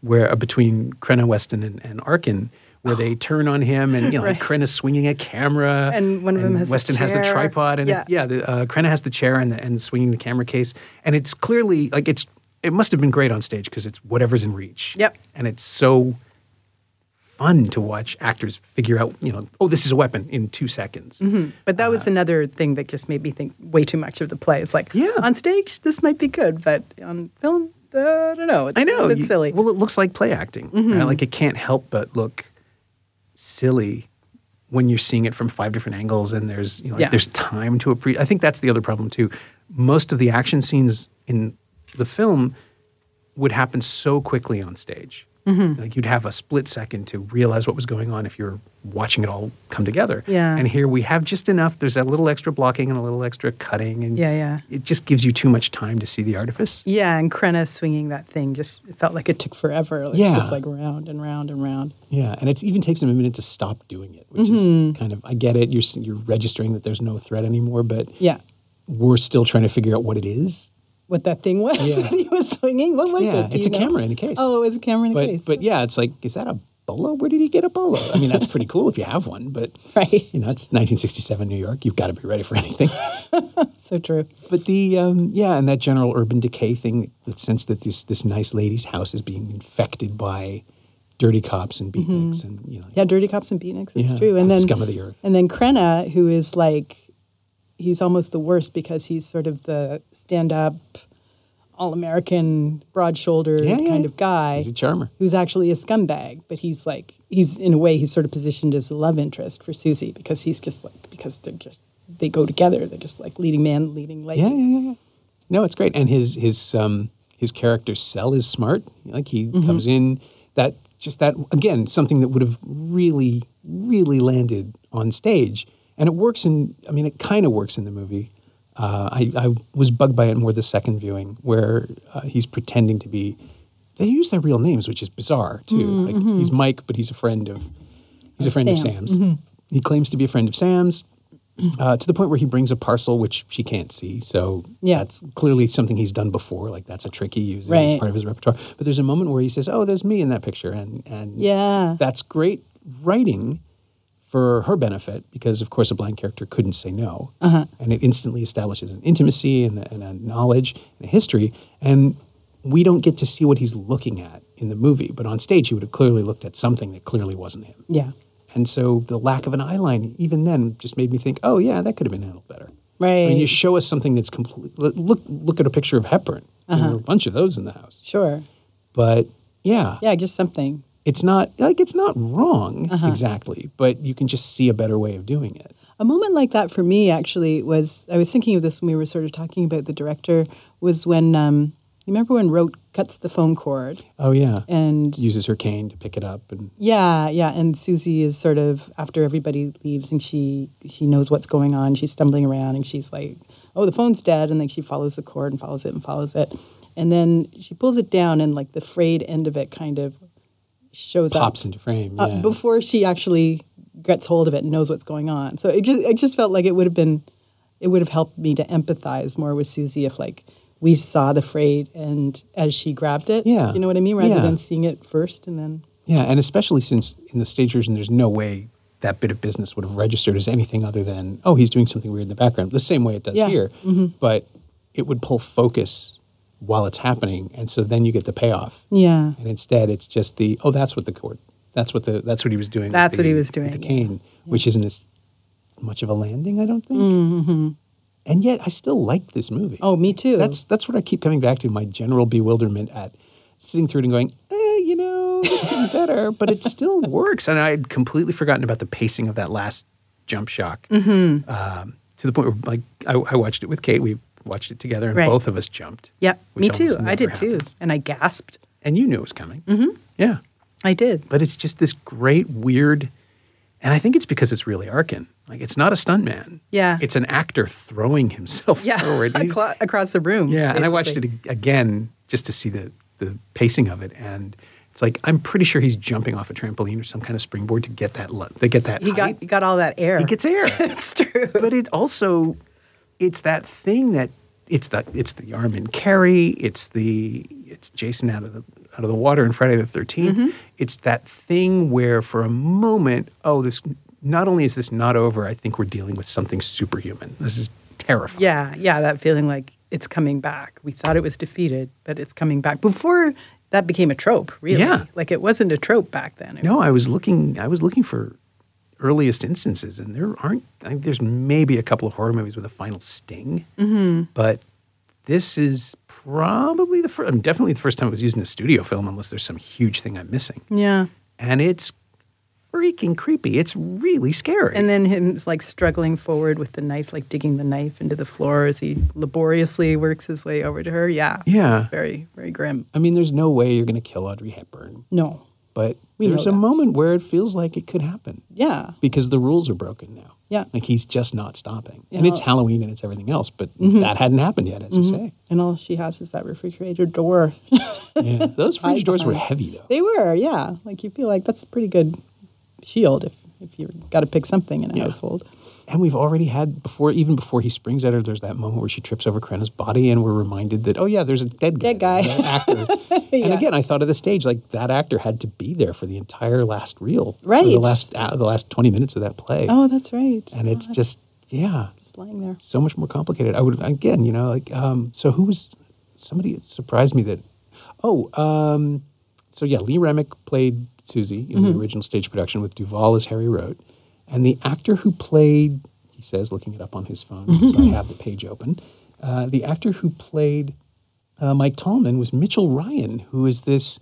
Speaker 3: where uh, between Krenna Weston and, and Arkin where
Speaker 2: Oh.
Speaker 3: they turn on him and you know like Krenna's swinging a camera
Speaker 2: And one of them has a
Speaker 3: Weston has the
Speaker 2: chair.
Speaker 3: tripod and
Speaker 2: Yeah.
Speaker 3: yeah the, uh, Krenna has the chair and the, and swinging the camera case and it's clearly like it's it must have been great on stage because it's whatever's in reach
Speaker 2: Yep.
Speaker 3: and it's so fun to watch actors figure out you know oh this is a weapon in two seconds
Speaker 2: Hmm. But that
Speaker 3: Uh-huh.
Speaker 2: was another thing that just made me think way too much of the play. It's like,
Speaker 3: Yeah.
Speaker 2: on stage, this might be good, but on film, uh, I don't know. It's
Speaker 3: I know.
Speaker 2: a bit
Speaker 3: you-
Speaker 2: silly. Mm-hmm.
Speaker 3: Well, it looks like play acting. right? Like it can't help but look silly when you're seeing it from five different angles and there's you know, like,
Speaker 2: Yeah.
Speaker 3: there's time to appreciate. I think that's the other problem too. Most of the action scenes in the film would happen so quickly on stage.
Speaker 2: Mm-hmm.
Speaker 3: Like you'd have a split second to realize what was going on if you're watching it all come together.
Speaker 2: Yeah.
Speaker 3: And here we have just enough. There's that little extra blocking and a little extra cutting, and
Speaker 2: Yeah, yeah.
Speaker 3: it just gives you too much time to see the artifice.
Speaker 2: yeah, and Krenna swinging that thing just it felt like it took forever.
Speaker 5: Like,
Speaker 3: Yeah.
Speaker 5: It's just like round and round and round.
Speaker 3: Yeah, and it even takes him a minute to stop doing it, which
Speaker 5: Mm-hmm.
Speaker 3: is kind of I get it. You're s- you're registering that there's no threat anymore, but
Speaker 5: Yeah.
Speaker 3: we're still trying to figure out what it is.
Speaker 5: What that thing was
Speaker 3: Yeah.
Speaker 5: that he was swinging? What was
Speaker 3: yeah,
Speaker 5: it? Do
Speaker 3: it's
Speaker 5: you
Speaker 3: a
Speaker 5: know?
Speaker 3: camera in a case.
Speaker 5: Oh, it was a camera in a
Speaker 3: but
Speaker 5: case.
Speaker 3: but yeah, it's like is that a bolo? Where did he get a bolo? I mean, that's pretty cool if you have one, but
Speaker 5: Right.
Speaker 3: you know, it's 1967 New York. You've got to be ready for anything.
Speaker 5: so true.
Speaker 3: but the um, yeah, and that general urban decay thing, the sense that this this nice lady's house is being infected by dirty cops and beatniks, and you know,
Speaker 5: Yeah, Dirty Cops and Phoenix. It's
Speaker 3: Yeah,
Speaker 5: Mm-hmm. true. And
Speaker 3: the
Speaker 5: then
Speaker 3: scum of the earth.
Speaker 5: And then Krenna, who is like, he's almost the worst because he's sort of the stand-up, all-American, broad-shouldered
Speaker 3: Yeah, yeah,
Speaker 5: kind
Speaker 3: yeah.
Speaker 5: of guy.
Speaker 3: he's a charmer.
Speaker 5: who's actually a scumbag, but he's like he's in a way he's sort of positioned as a love interest for Susie because he's just like because they're just they go together. They're just like leading man, leading lady.
Speaker 3: Yeah, yeah, yeah, yeah. No, it's great. And his his um his character Cell is smart. Like he
Speaker 5: Mm-hmm.
Speaker 3: comes in that just that again something that would have really really landed on stage, and it works in. I mean, it kind of works in the movie. Uh, I, I was bugged by it more the second viewing, where uh, he's pretending to be. They use their real names, which is bizarre too. Like he's Mike, but he's a friend of he's a
Speaker 5: Mm, mm-hmm. Of
Speaker 3: friend of
Speaker 5: Sam.
Speaker 3: Sam's. He claims to be a friend of Sam's uh, to the point where he brings a parcel which she can't see. So
Speaker 5: Yeah.
Speaker 3: that's clearly something he's done before. Like that's a trick he uses as
Speaker 5: Right.
Speaker 3: part of his repertoire. But there's a moment where he says, "Oh, there's me in that picture," and and
Speaker 5: Yeah.
Speaker 3: that's great writing for her benefit because, of course, a blind character couldn't say no,
Speaker 5: Uh-huh.
Speaker 3: and it instantly establishes an intimacy and a, and a knowledge and a history. And we don't get to see what he's looking at in the movie, but on stage he would have clearly looked at something that clearly wasn't him.
Speaker 5: Yeah.
Speaker 3: And so the lack of an eye line, even then, just made me think, oh yeah, that could have been handled better. I mean, you
Speaker 5: Right.
Speaker 3: show us something that's complete. l- Look, look at a
Speaker 5: Uh-huh.
Speaker 3: picture of Hepburn. There were a bunch of those in the house.
Speaker 5: Sure.
Speaker 3: But yeah,
Speaker 5: Yeah, Uh-huh. just something.
Speaker 3: it's not like it's not wrong exactly, but you can just see a better way of doing it.
Speaker 5: A moment like that for me actually was I was thinking of this when we were sort of talking about the director was when um, you remember when Rote cuts the phone cord
Speaker 3: Oh yeah,
Speaker 5: and
Speaker 3: uses her cane to pick it up, and
Speaker 5: yeah yeah and Susie is sort of after everybody leaves and she she knows what's going on she's stumbling around and she's like oh the phone's dead and then she follows the cord and follows it and follows it and then she pulls it down and like the frayed end of it kind of shows up
Speaker 3: pops into frame. Yeah.
Speaker 5: uh, before she actually gets hold of it and knows what's going on. So it just it just felt like it would have been it would have helped me to empathize more with Susie if like we saw the freight and as she grabbed it.
Speaker 3: Yeah.
Speaker 5: You know what I mean? Rather
Speaker 3: Yeah.
Speaker 5: than seeing it first and then
Speaker 3: Yeah, and especially since in the stage version, there's no way that bit of business would have registered as anything other than, oh, he's doing something weird in the background, the same way it does
Speaker 5: Yeah,
Speaker 3: here.
Speaker 2: Mm-hmm.
Speaker 3: But it would pull focus while it's happening, and so then you get the payoff.
Speaker 5: Yeah.
Speaker 3: And instead, it's just the oh, that's what the court, that's what the that's what he was doing. with
Speaker 2: That's what
Speaker 3: the-
Speaker 2: he was
Speaker 3: with
Speaker 2: doing,
Speaker 3: The
Speaker 2: yeah.
Speaker 3: cane, which isn't as much of a landing, I don't think.
Speaker 2: Mm-hmm.
Speaker 3: And yet, I still like this movie.
Speaker 5: Oh, me too.
Speaker 3: That's that's what I keep coming back to. My general bewilderment at sitting through it and going, eh, you know, it's getting better, but it still works. And I had completely forgotten about the pacing of that last jump shock. Um, to the point where, like, I, I watched it with Kate. We watched it together, and
Speaker 2: Right.
Speaker 3: both of us jumped.
Speaker 2: Yep,
Speaker 3: which
Speaker 2: me too.
Speaker 3: almost
Speaker 2: I did
Speaker 3: never
Speaker 2: too.
Speaker 3: happens.
Speaker 2: And I gasped.
Speaker 3: And you knew it was coming. Mm-hmm. Yeah,
Speaker 2: I did.
Speaker 3: but it's just this great, weird, and I think it's because it's really Arkin. Like, it's not a stuntman.
Speaker 2: Yeah.
Speaker 3: it's an actor throwing himself
Speaker 2: Yeah,
Speaker 3: forward. He's-
Speaker 2: aclo- across the room.
Speaker 3: Oh, yeah, and I watched it
Speaker 2: basically.
Speaker 3: ag- again just to see the the pacing of it, and it's like I'm pretty sure he's jumping off a trampoline or some kind of springboard to get that look. They get that.
Speaker 2: He got
Speaker 3: height.
Speaker 2: he got all that air.
Speaker 3: He gets air.
Speaker 2: it's true.
Speaker 3: but it also, it's that thing that it's the it's the Armin Carey, it's the it's Jason out of the out of the water in Friday the 13th
Speaker 2: Mm-hmm.
Speaker 3: It's that thing where for a moment, oh, this not only is this not over, I think we're dealing with something superhuman. This is terrifying.
Speaker 2: Yeah, yeah, that feeling like it's coming back. We thought it was defeated, but it's coming back. Before that became a trope, really.
Speaker 3: Yeah.
Speaker 2: Like it wasn't a trope back then. It
Speaker 3: No,
Speaker 2: was-
Speaker 3: I was looking. I was looking for earliest instances, and there aren't. I think there's maybe a couple of horror movies with a final sting,
Speaker 5: Mm-hmm.
Speaker 3: but this is probably the first. I mean, definitely the first time it was used in a studio film, unless there's some huge thing I'm missing.
Speaker 2: Yeah.
Speaker 3: And it's freaking creepy. It's really scary.
Speaker 2: And then him like struggling forward with the knife, like digging the knife into the floor as he laboriously works his way over to her. Yeah.
Speaker 3: Yeah.
Speaker 2: It's very, very grim.
Speaker 3: I mean, there's no way you're going to kill Audrey Hepburn,
Speaker 5: no.
Speaker 3: but
Speaker 5: We know
Speaker 3: there's a
Speaker 5: that.
Speaker 3: moment where it feels like it could happen.
Speaker 5: Yeah.
Speaker 3: because the rules are broken now.
Speaker 5: Yeah.
Speaker 3: Like he's just not stopping. And
Speaker 5: Yeah. Mm-hmm.
Speaker 3: it's Halloween and it's everything else, but that hadn't happened yet, as you say.
Speaker 5: And all she has is that refrigerator door.
Speaker 3: Yeah. Those fridge
Speaker 5: Hide
Speaker 3: doors were
Speaker 5: behind.
Speaker 3: heavy though.
Speaker 5: they were, yeah. Like you feel like that's a pretty good shield if if you got to pick something in a
Speaker 3: Yeah.
Speaker 5: household.
Speaker 3: And we've already had before even before he springs at her, there's that moment where she trips over Krenna's body and we're reminded that, oh yeah, there's a dead guy.
Speaker 5: Dead guy.
Speaker 3: there, that actor. And
Speaker 5: Yeah.
Speaker 3: again, I thought of the stage, like that actor had to be there for the entire last reel. or The
Speaker 5: Right.
Speaker 3: last uh, the last twenty minutes of that play.
Speaker 5: Oh, that's right.
Speaker 3: and it's just yeah.
Speaker 5: just lying there.
Speaker 3: so much more complicated. I would again, you know, like um, so who was somebody surprised me that oh, um, so yeah, Lee Remick played Susie in the original stage production with Duvall as Harry Rote, and the actor who played he says looking it up on his phone because I have the page open. Uh, the actor who played uh, Mike Tallman was Mitchell Ryan, who is this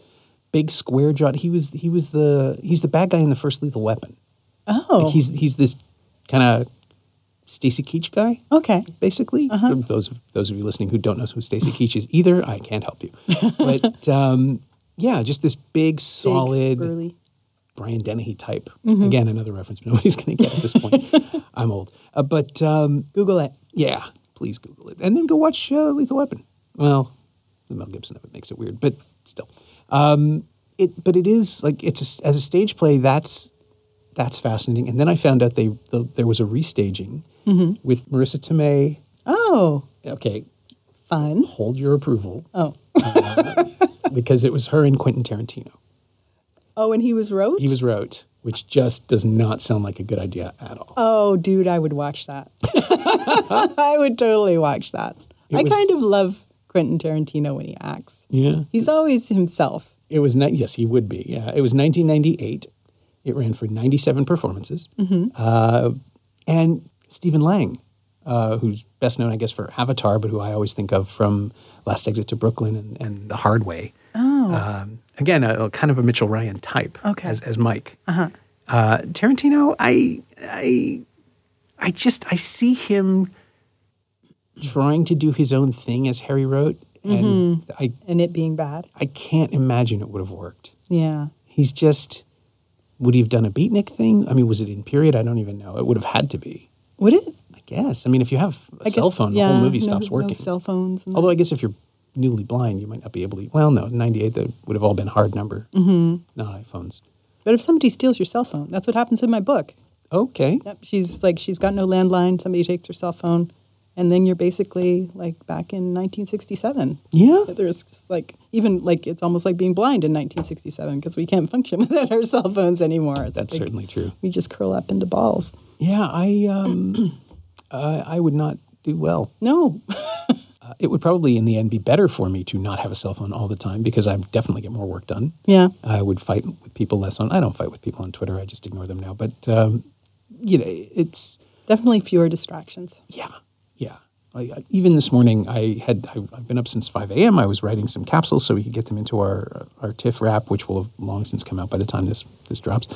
Speaker 3: big square jawed. He was he was the he's the bad guy in the first Lethal Weapon.
Speaker 5: Oh,
Speaker 3: Like, he's he's this kind of Stacy Keach guy
Speaker 5: okay.
Speaker 3: basically. For Those of those of you listening who don't know who Stacey Keach is either, I can't help you. But um, yeah, just this big, solid
Speaker 5: burly.
Speaker 3: Brian Dennehy type. Again, another reference nobody's going to get at this point. I'm old, uh, but um,
Speaker 5: Google it.
Speaker 3: yeah, please Google it and then go watch uh, Lethal Weapon. Well, the Mel Gibson of it makes it weird, but still, um, it. But it is like it's a s as a stage play. That's that's fascinating. And then I found out they the, there was a restaging with Marissa Tomei.
Speaker 5: Oh,
Speaker 3: Okay,
Speaker 5: fun.
Speaker 3: hold your approval
Speaker 5: Oh,
Speaker 3: because it was her and Quentin Tarantino.
Speaker 5: oh, and he was wrote.
Speaker 3: He was wrote, which just does not sound like a good idea at all.
Speaker 5: oh, dude, I would watch that. I would totally watch that.
Speaker 3: It
Speaker 5: I
Speaker 3: was-
Speaker 5: kind of love Quentin Tarantino when he acts.
Speaker 3: Yeah.
Speaker 5: He's always himself.
Speaker 3: It was ni- yes, he would be. Yeah, it was 1998. It ran for 97 performances, uh, and Stephen Lang, uh, who's best known, I guess, for Avatar, but who I always think of from Last Exit to Brooklyn and, and The Hard Way. Oh. Um,
Speaker 7: again a, a kind of a Mitchell Ryan type
Speaker 8: Okay.
Speaker 7: as as Mike. Uh-huh.
Speaker 3: Uh,
Speaker 7: Tarantino, I I I just I see him.
Speaker 3: trying to do his own thing as Harry wrote, and I
Speaker 2: and it being bad.
Speaker 3: I can't imagine it would have worked.
Speaker 2: Yeah.
Speaker 3: He's just would he have done a beatnik thing? I mean, was it in period? I don't even know. It would have had to be.
Speaker 2: Would it?
Speaker 3: I guess. I mean, if you have a
Speaker 2: I
Speaker 3: cell
Speaker 2: guess,
Speaker 3: phone,
Speaker 2: yeah,
Speaker 3: the whole movie
Speaker 2: no-
Speaker 3: stops working.
Speaker 2: No cell phones. and-
Speaker 3: Although I guess if you're newly blind, you might not be able to. Well, no, ninety-eight that would have all been hard number, mm-hmm. not iPhones.
Speaker 2: but if somebody steals your cell phone, that's what happens in my book.
Speaker 3: Okay,
Speaker 2: Yep. She's like, she's got no landline. Somebody takes her cell phone. And then you're basically like back in 1967.
Speaker 3: yeah,
Speaker 2: But There's just, like, even like, it's almost like being blind in 1967 because we can't function without our cell phones anymore. It's
Speaker 3: that's
Speaker 2: like
Speaker 3: certainly true.
Speaker 2: We just curl up into balls.
Speaker 3: Yeah, I um, uh, I would not do well.
Speaker 2: No.
Speaker 3: Uh, it would probably in the end be better for me to not have a cell phone all the time because I definitely get more work done.
Speaker 2: yeah.
Speaker 3: I would fight with people less on. I don't fight with people on Twitter. I just ignore them now. But um, you know, it's
Speaker 2: Definitely fewer distractions.
Speaker 3: yeah, yeah. I, I- even this morning, I had I, I've been up since five a.m. I was writing some capsules so we could get them into our our TIFF wrap, which will have long since come out by the time this this drops.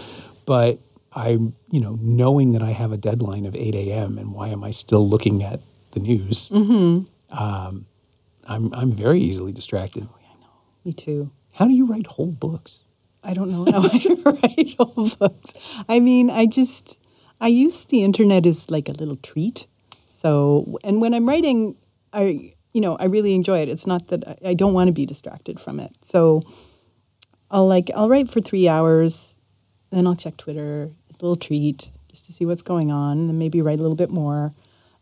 Speaker 3: But I'm you know knowing that I have a deadline of eight a.m. and why am I still looking at the news? Um, I'm I'm very easily distracted.
Speaker 2: Me too.
Speaker 3: How do you write whole books?
Speaker 2: I don't know how I write all books. I mean, I just I use the internet as like a little treat. So, and when I'm writing, I you know I really enjoy it. It's not that I, I don't want to be distracted from it. So, I'll like I'll write for three hours, then I'll check Twitter. It's a little treat just to see what's going on, and then maybe write a little bit more.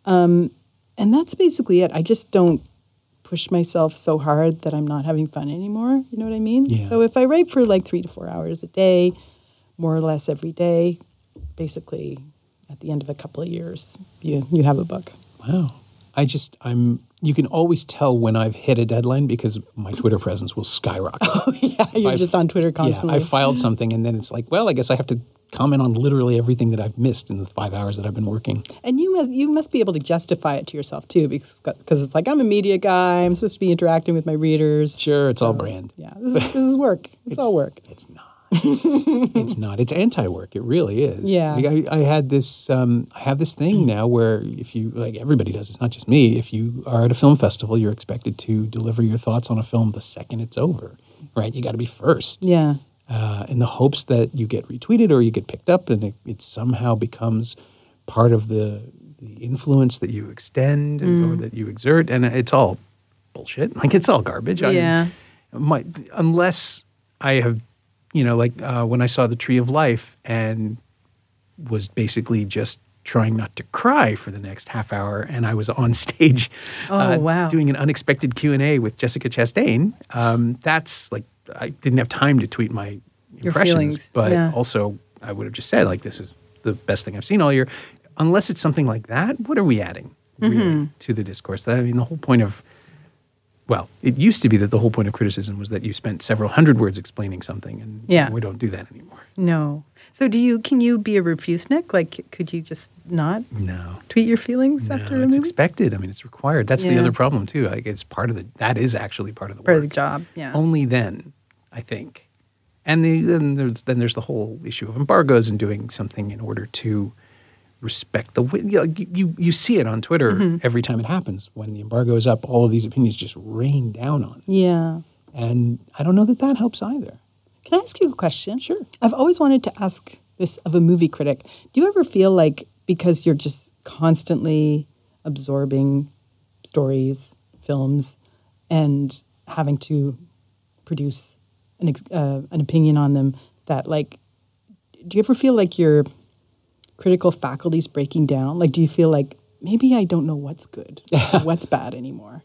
Speaker 2: Um, and that's basically it. I just don't push myself so hard that I'm not having fun anymore. You know what I mean?
Speaker 3: Yeah.
Speaker 2: So if I write for like three to four hours a day, more or less every day, basically at the end of a couple of years, you you have a book.
Speaker 3: Wow. I just, I'm, you can always tell when I've hit a deadline because my Twitter presence will skyrocket.
Speaker 2: yeah, you're
Speaker 3: I've-
Speaker 2: just on Twitter
Speaker 3: yeah,
Speaker 2: constantly.
Speaker 3: I filed something and then it's like, well, I guess I have to comment on literally everything that I've missed in the five hours that I've been working.
Speaker 2: And you must, you must be able to justify it to yourself too, because because it's like I'm a media guy. I'm supposed to be interacting with my readers.
Speaker 3: Sure, it's all brand.
Speaker 2: Yeah, this is, this is work. It's, all work.
Speaker 3: It's not. it's not. It's anti-work. It really is.
Speaker 2: Yeah.
Speaker 3: Like I, I had this. Um, I have this thing now where if you like, everybody does. It's not just me. If you are at a film festival, you're expected to deliver your thoughts on a film the second it's over. Right. You got to be first.
Speaker 2: Yeah,
Speaker 3: uh, in the hopes that you get retweeted or you get picked up and it, it somehow becomes part of the, the influence that you extend and, or that you exert. And it's all bullshit. Like it's all garbage. I-
Speaker 8: Yeah.
Speaker 3: my, unless I have, you know, like uh, when I saw The Tree of Life and was basically just trying not to cry for the next half hour and i was on stage uh,
Speaker 8: Oh, wow.
Speaker 3: doing an unexpected q&a with jessica chastain um, that's like i didn't have time to tweet my impressions
Speaker 8: feelings,
Speaker 3: but
Speaker 8: yeah.
Speaker 3: also i would have just said like this is the best thing i've seen all year unless it's something like that what are we adding really
Speaker 8: Mm-hmm.
Speaker 3: to the discourse i mean the whole point of well it used to be that the whole point of criticism was that you spent several hundred words explaining something and
Speaker 8: Yeah.
Speaker 3: we don't do that anymore
Speaker 8: No. So do you? Can you be a refusenik? Like, could you just not
Speaker 3: no
Speaker 8: tweet your feelings
Speaker 3: No,
Speaker 8: after a
Speaker 3: it's
Speaker 8: movie?
Speaker 3: expected. I mean, it's required. That's the
Speaker 8: Yeah.
Speaker 3: other problem too. Like it's part of the that is actually part of the
Speaker 8: Part of the
Speaker 3: work.
Speaker 8: job. Yeah.
Speaker 3: Only then, I think. And the, then there's then there's the whole issue of embargoes and doing something in order to respect the wit- you, know, you you- you see it on Twitter
Speaker 8: Mm-hmm.
Speaker 3: every time it happens when the embargo is up all of these opinions just rain down on it.
Speaker 2: yeah.
Speaker 3: and I don't know that that helps either
Speaker 2: Can I ask you a question? Sure. I've always wanted to ask this of a movie critic. Do you ever feel like because you're just constantly absorbing stories, films, and having to produce an, ex- uh, an opinion on them, that like, do you ever feel like your critical faculty's breaking down? Like, do you feel like maybe I don't know what's good, or what's bad anymore?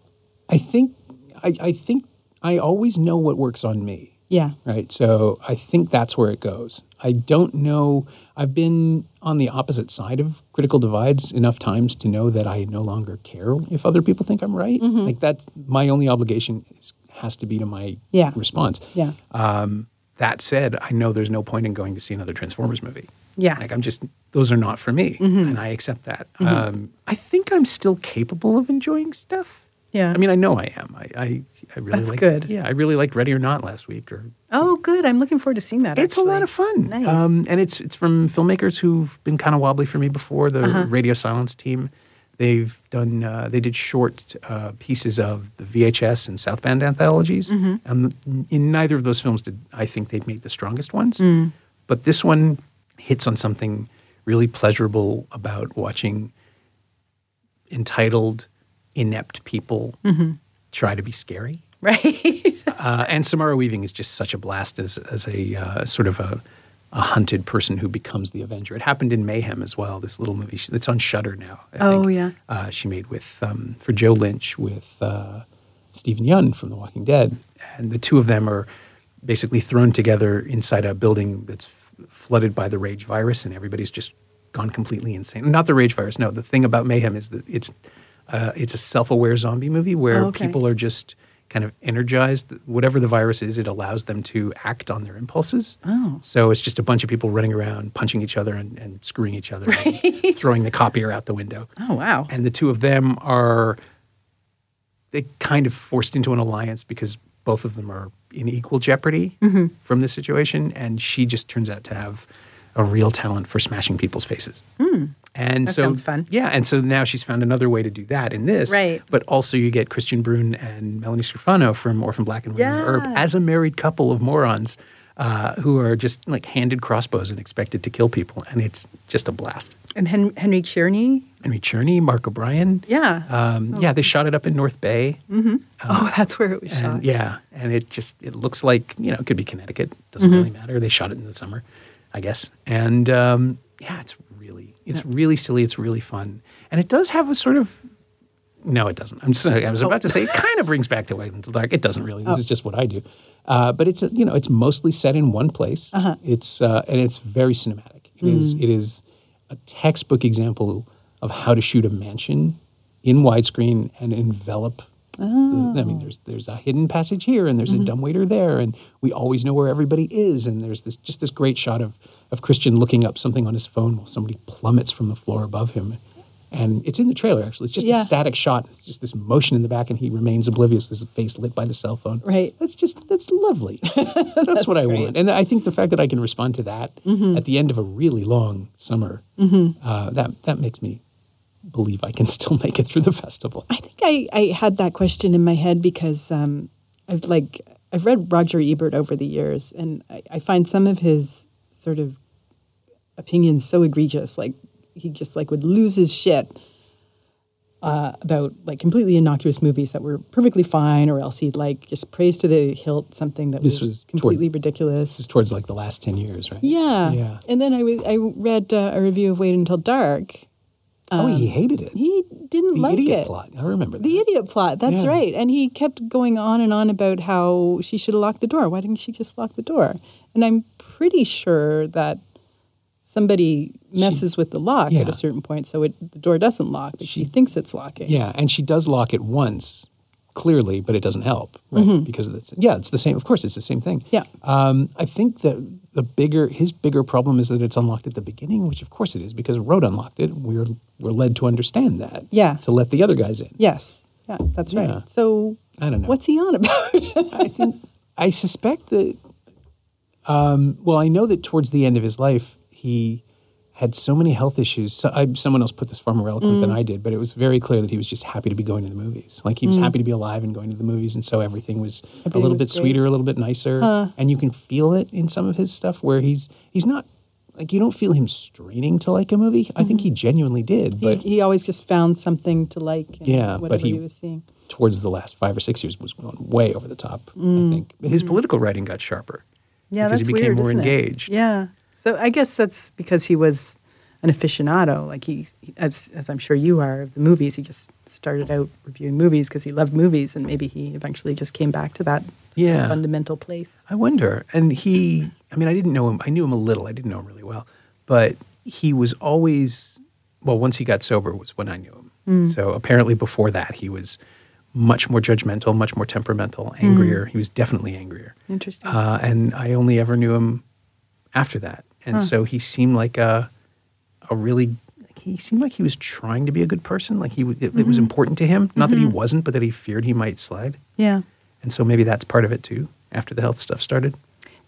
Speaker 3: I think I, I think I always know what works on me
Speaker 2: Yeah.
Speaker 3: right? So I think that's where it goes. I don't know. I've been on the opposite side of critical divides enough times to know that I no longer care if other people think I'm right.
Speaker 2: Mm-hmm.
Speaker 3: Like that's my only obligation is, has to be to my
Speaker 2: Yeah.
Speaker 3: response.
Speaker 2: Yeah.
Speaker 3: Um, that said, I know there's no point in going to see another Transformers movie.
Speaker 8: Yeah.
Speaker 3: Like I'm just those are
Speaker 2: Mm-hmm.
Speaker 3: not for me, and I accept that. Um, I think I'm still capable of enjoying stuff.
Speaker 9: Yeah.
Speaker 3: I mean, I know I am. I, I, I really
Speaker 9: That's
Speaker 3: like,
Speaker 9: good.
Speaker 3: Yeah, I really liked Ready or Not last week. Or
Speaker 9: Oh, good. I'm looking forward to seeing that.
Speaker 3: it's a lot
Speaker 9: actually.
Speaker 3: of fun. Um,
Speaker 9: Nice.
Speaker 3: and it's it's from filmmakers who've been kind of wobbly for me before. The
Speaker 9: Uh-huh.
Speaker 3: Radio Silence team. They've done. Uh, they did short uh, pieces of the VHS and South Bend anthologies,
Speaker 9: Mm-hmm.
Speaker 3: and n- in neither of those films did I think they made the strongest ones.
Speaker 9: Mm.
Speaker 3: But this one hits on something really pleasurable about watching entitled, inept people
Speaker 9: Mm-hmm.
Speaker 3: try to be scary
Speaker 9: right.
Speaker 3: uh, and Samara Weaving is just such a blast as as a uh, sort of a, a hunted person who becomes the Avenger. It happened in Mayhem as well. This little movie she- that's on Shutter now. I
Speaker 9: Oh,
Speaker 3: think.
Speaker 9: yeah.
Speaker 3: uh, she made with um, for Joe Lynch with uh, Stephen Yun from The Walking Dead, and the two of them are basically thrown together inside a building that's f- flooded by the rage virus, and everybody's just gone completely insane. Not the rage virus. No, the thing about Mayhem is that it's uh, it's a self-aware zombie movie where
Speaker 9: Oh, okay.
Speaker 3: people are just kind of energized. Whatever the virus is, it allows them to act on their impulses.
Speaker 9: Oh.
Speaker 3: So it's just a bunch of people running around, punching each other and, and screwing each other, and throwing the copier out the window.
Speaker 9: Oh, wow.
Speaker 3: And the two of them are they kind of forced into an alliance because both of them are in equal jeopardy
Speaker 9: Mm-hmm.
Speaker 3: from this situation. And she just turns out to have a real talent for smashing people's faces. And
Speaker 9: Hmm. That
Speaker 3: so
Speaker 9: sounds fun.
Speaker 3: Yeah, and so now she's found another way to do that in this.
Speaker 9: Right.
Speaker 3: But also you get Christian Brune and Melanie Scrofano from Orphan Black and Women
Speaker 9: Yeah.
Speaker 3: Herb as a married couple of morons uh, who are just like handed crossbows and expected to kill people. And it's just a blast.
Speaker 9: And Hen- Henrik Tierney.
Speaker 3: I mean, Cherney, Mark O'Brien.
Speaker 9: Yeah.
Speaker 3: Um, yeah, they shot it up in North Bay.
Speaker 9: oh, that's where it was
Speaker 3: And
Speaker 9: shot.
Speaker 3: yeah, and it just it looks like you know it could be Connecticut. Doesn't
Speaker 9: Mm-hmm.
Speaker 3: really matter. They shot it in the summer, I guess. And um, yeah, it's really it's really silly. It's really fun, and it does have a sort of no, it doesn't. I'm just I was about to say it kind of brings back to Wait Until Dark. It doesn't really. This is just what I do. Uh, but it's you know it's mostly set in one place. It's uh, and it's very cinematic. It is it is a textbook example of how to shoot a mansion in widescreen and envelop. the- I mean, there's there's a hidden passage here, and there's a dumbwaiter there, and we always know where everybody is. And there's this just this great shot of of Christian looking up something on his phone while somebody plummets from the floor above him, and it's in the trailer actually. It's just a
Speaker 2: Yeah.
Speaker 3: static shot. It's just this motion in the back, and he remains oblivious. His face lit by the cell phone.
Speaker 2: Right.
Speaker 3: That's just that's lovely. that's, what I want. And I think the fact that I can respond to that
Speaker 2: Mm-hmm.
Speaker 3: at the end of a really long summer, uh, that that makes me believe I can still make it through the festival.
Speaker 2: I think I, I had that question in my head because um, I've like I've read Roger Ebert over the years, and I, I find some of his sort of opinions so egregious. Like he just like would lose his shit uh, about like completely innocuous movies that were perfectly fine, or else he'd like just praise to the hilt something that
Speaker 3: This
Speaker 2: was,
Speaker 3: was toward-
Speaker 2: completely
Speaker 3: This
Speaker 2: ridiculous.
Speaker 3: is towards like the last ten years, right?
Speaker 2: Yeah.
Speaker 3: Yeah.
Speaker 2: And then I was I read uh, a review of Wait Until Dark.
Speaker 3: oh, he hated it.
Speaker 2: um, He didn't
Speaker 3: the
Speaker 2: like
Speaker 3: idiot
Speaker 2: it.
Speaker 3: plot. I remember
Speaker 2: The
Speaker 3: that.
Speaker 2: idiot plot. That's
Speaker 3: Yeah.
Speaker 2: right. And he kept going on and on about how she should have locked the door. Why didn't she just lock the door? And I'm pretty sure that somebody messes with the lock at
Speaker 3: yeah.
Speaker 2: a certain point, so it, the door doesn't lock, but she, thinks it's locking.
Speaker 3: Yeah, and she does lock it once, clearly, but it doesn't help, right? Because it's yeah, it's the same. Of course, it's the same thing.
Speaker 2: Mm-hmm. Yeah.
Speaker 3: Um, I think that the bigger his bigger problem is that it's unlocked at the beginning, which of course it is because Rhoda unlocked it. We're we're led to understand that.
Speaker 2: Yeah.
Speaker 3: To let the other guys in.
Speaker 2: Yes. Yeah, that's
Speaker 3: Yeah.
Speaker 2: right. So
Speaker 3: I don't know.
Speaker 2: What's he on about?
Speaker 3: I think I suspect that. Um, well, I know that towards the end of his life, he had so many health issues. So I, someone else put this far more eloquent
Speaker 2: Mm.
Speaker 3: than I did, but it was very clear that he was just happy to be going to the movies. Like he was happy to be alive and going to the movies, and so everything was a
Speaker 2: Mm. Everything
Speaker 3: little
Speaker 2: was
Speaker 3: bit
Speaker 2: great.
Speaker 3: sweeter, a little bit nicer, and you can feel it in some of his stuff where he's he's not like you don't feel him straining to like a movie. I think he genuinely did,
Speaker 2: Mm-hmm. he,
Speaker 3: but
Speaker 2: he always just found something to like in
Speaker 3: Yeah, but
Speaker 2: whatever
Speaker 3: he-
Speaker 2: he was seeing.
Speaker 3: towards the last five or six years was going way over the top.
Speaker 2: Mm.
Speaker 3: I think but his political writing got sharper.
Speaker 9: Yeah,
Speaker 3: because
Speaker 9: that's
Speaker 3: he became
Speaker 9: weird,
Speaker 3: more
Speaker 9: isn't it?
Speaker 3: engaged.
Speaker 9: Yeah. So I guess that's because he was an aficionado, like he, he- as, as I'm sure you are, of the movies. He just started out reviewing movies because he loved movies, and maybe he eventually just came back to that sort of
Speaker 3: Yeah.
Speaker 9: fundamental place.
Speaker 3: I wonder. And he, I mean, I didn't know him. I knew him a little. I didn't know him really well, but he was always well. Once he got sober was when I knew him.
Speaker 9: Mm.
Speaker 3: So apparently, before that, he was much more judgmental, much more temperamental, angrier. He was definitely angrier.
Speaker 9: Mm. Interesting.
Speaker 3: Uh, and I only ever knew him after that, and so he seemed like a a really
Speaker 1: he seemed like he was trying to be a good person. Like he, w- it,
Speaker 9: Mm-hmm.
Speaker 1: it was important to him. Not that he wasn't, but that he feared he might slide.
Speaker 2: Yeah.
Speaker 1: And so maybe that's part of it too. After the health stuff started,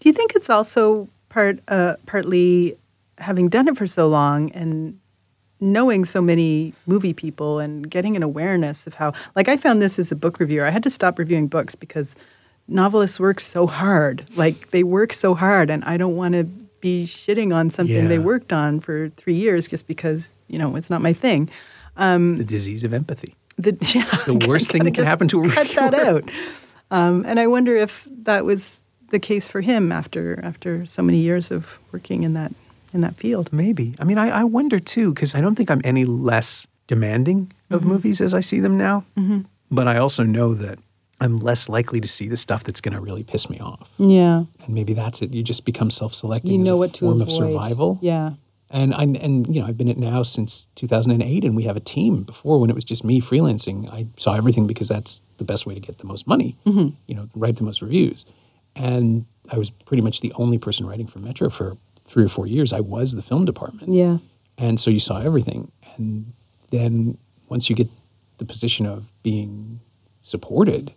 Speaker 2: Do you think it's also part uh, partly having done it for so long and knowing so many movie people and getting an awareness of how like I found this as a book reviewer. I had to stop reviewing books because novelists work so hard. Like they work so hard and I don't want to be shitting on something they
Speaker 1: Yeah.
Speaker 2: worked on for 3 years just because, you know, it's not my thing.
Speaker 1: the disease of empathy.
Speaker 2: The, yeah,
Speaker 1: The worst thing that can
Speaker 2: just
Speaker 1: happen to a
Speaker 2: cut that
Speaker 1: reviewer.
Speaker 2: out. Um, and I wonder if that was the case for him after after so many years of working in that in that field.
Speaker 1: Maybe. I mean, I, I wonder too, because I don't think I'm any less demanding of movies as I see them now. But I also know that I'm less likely to see the stuff that's going to really
Speaker 3: really piss me off.
Speaker 5: Yeah.
Speaker 3: And maybe that's it. You just become self-selecting.
Speaker 5: You
Speaker 3: as
Speaker 5: know
Speaker 3: a
Speaker 5: what to
Speaker 3: form
Speaker 5: avoid.
Speaker 3: of survival.
Speaker 5: Yeah.
Speaker 3: And I and you know I've been at now since 2008, and we have a team. Before when it was just me freelancing, I saw everything because that's the best way to get the most money. You know, write the most reviews, and I was pretty much the only person writing for Metro for three or four years. I was the film department.
Speaker 5: Yeah.
Speaker 3: And so you saw everything. And then once you get the position of being supported,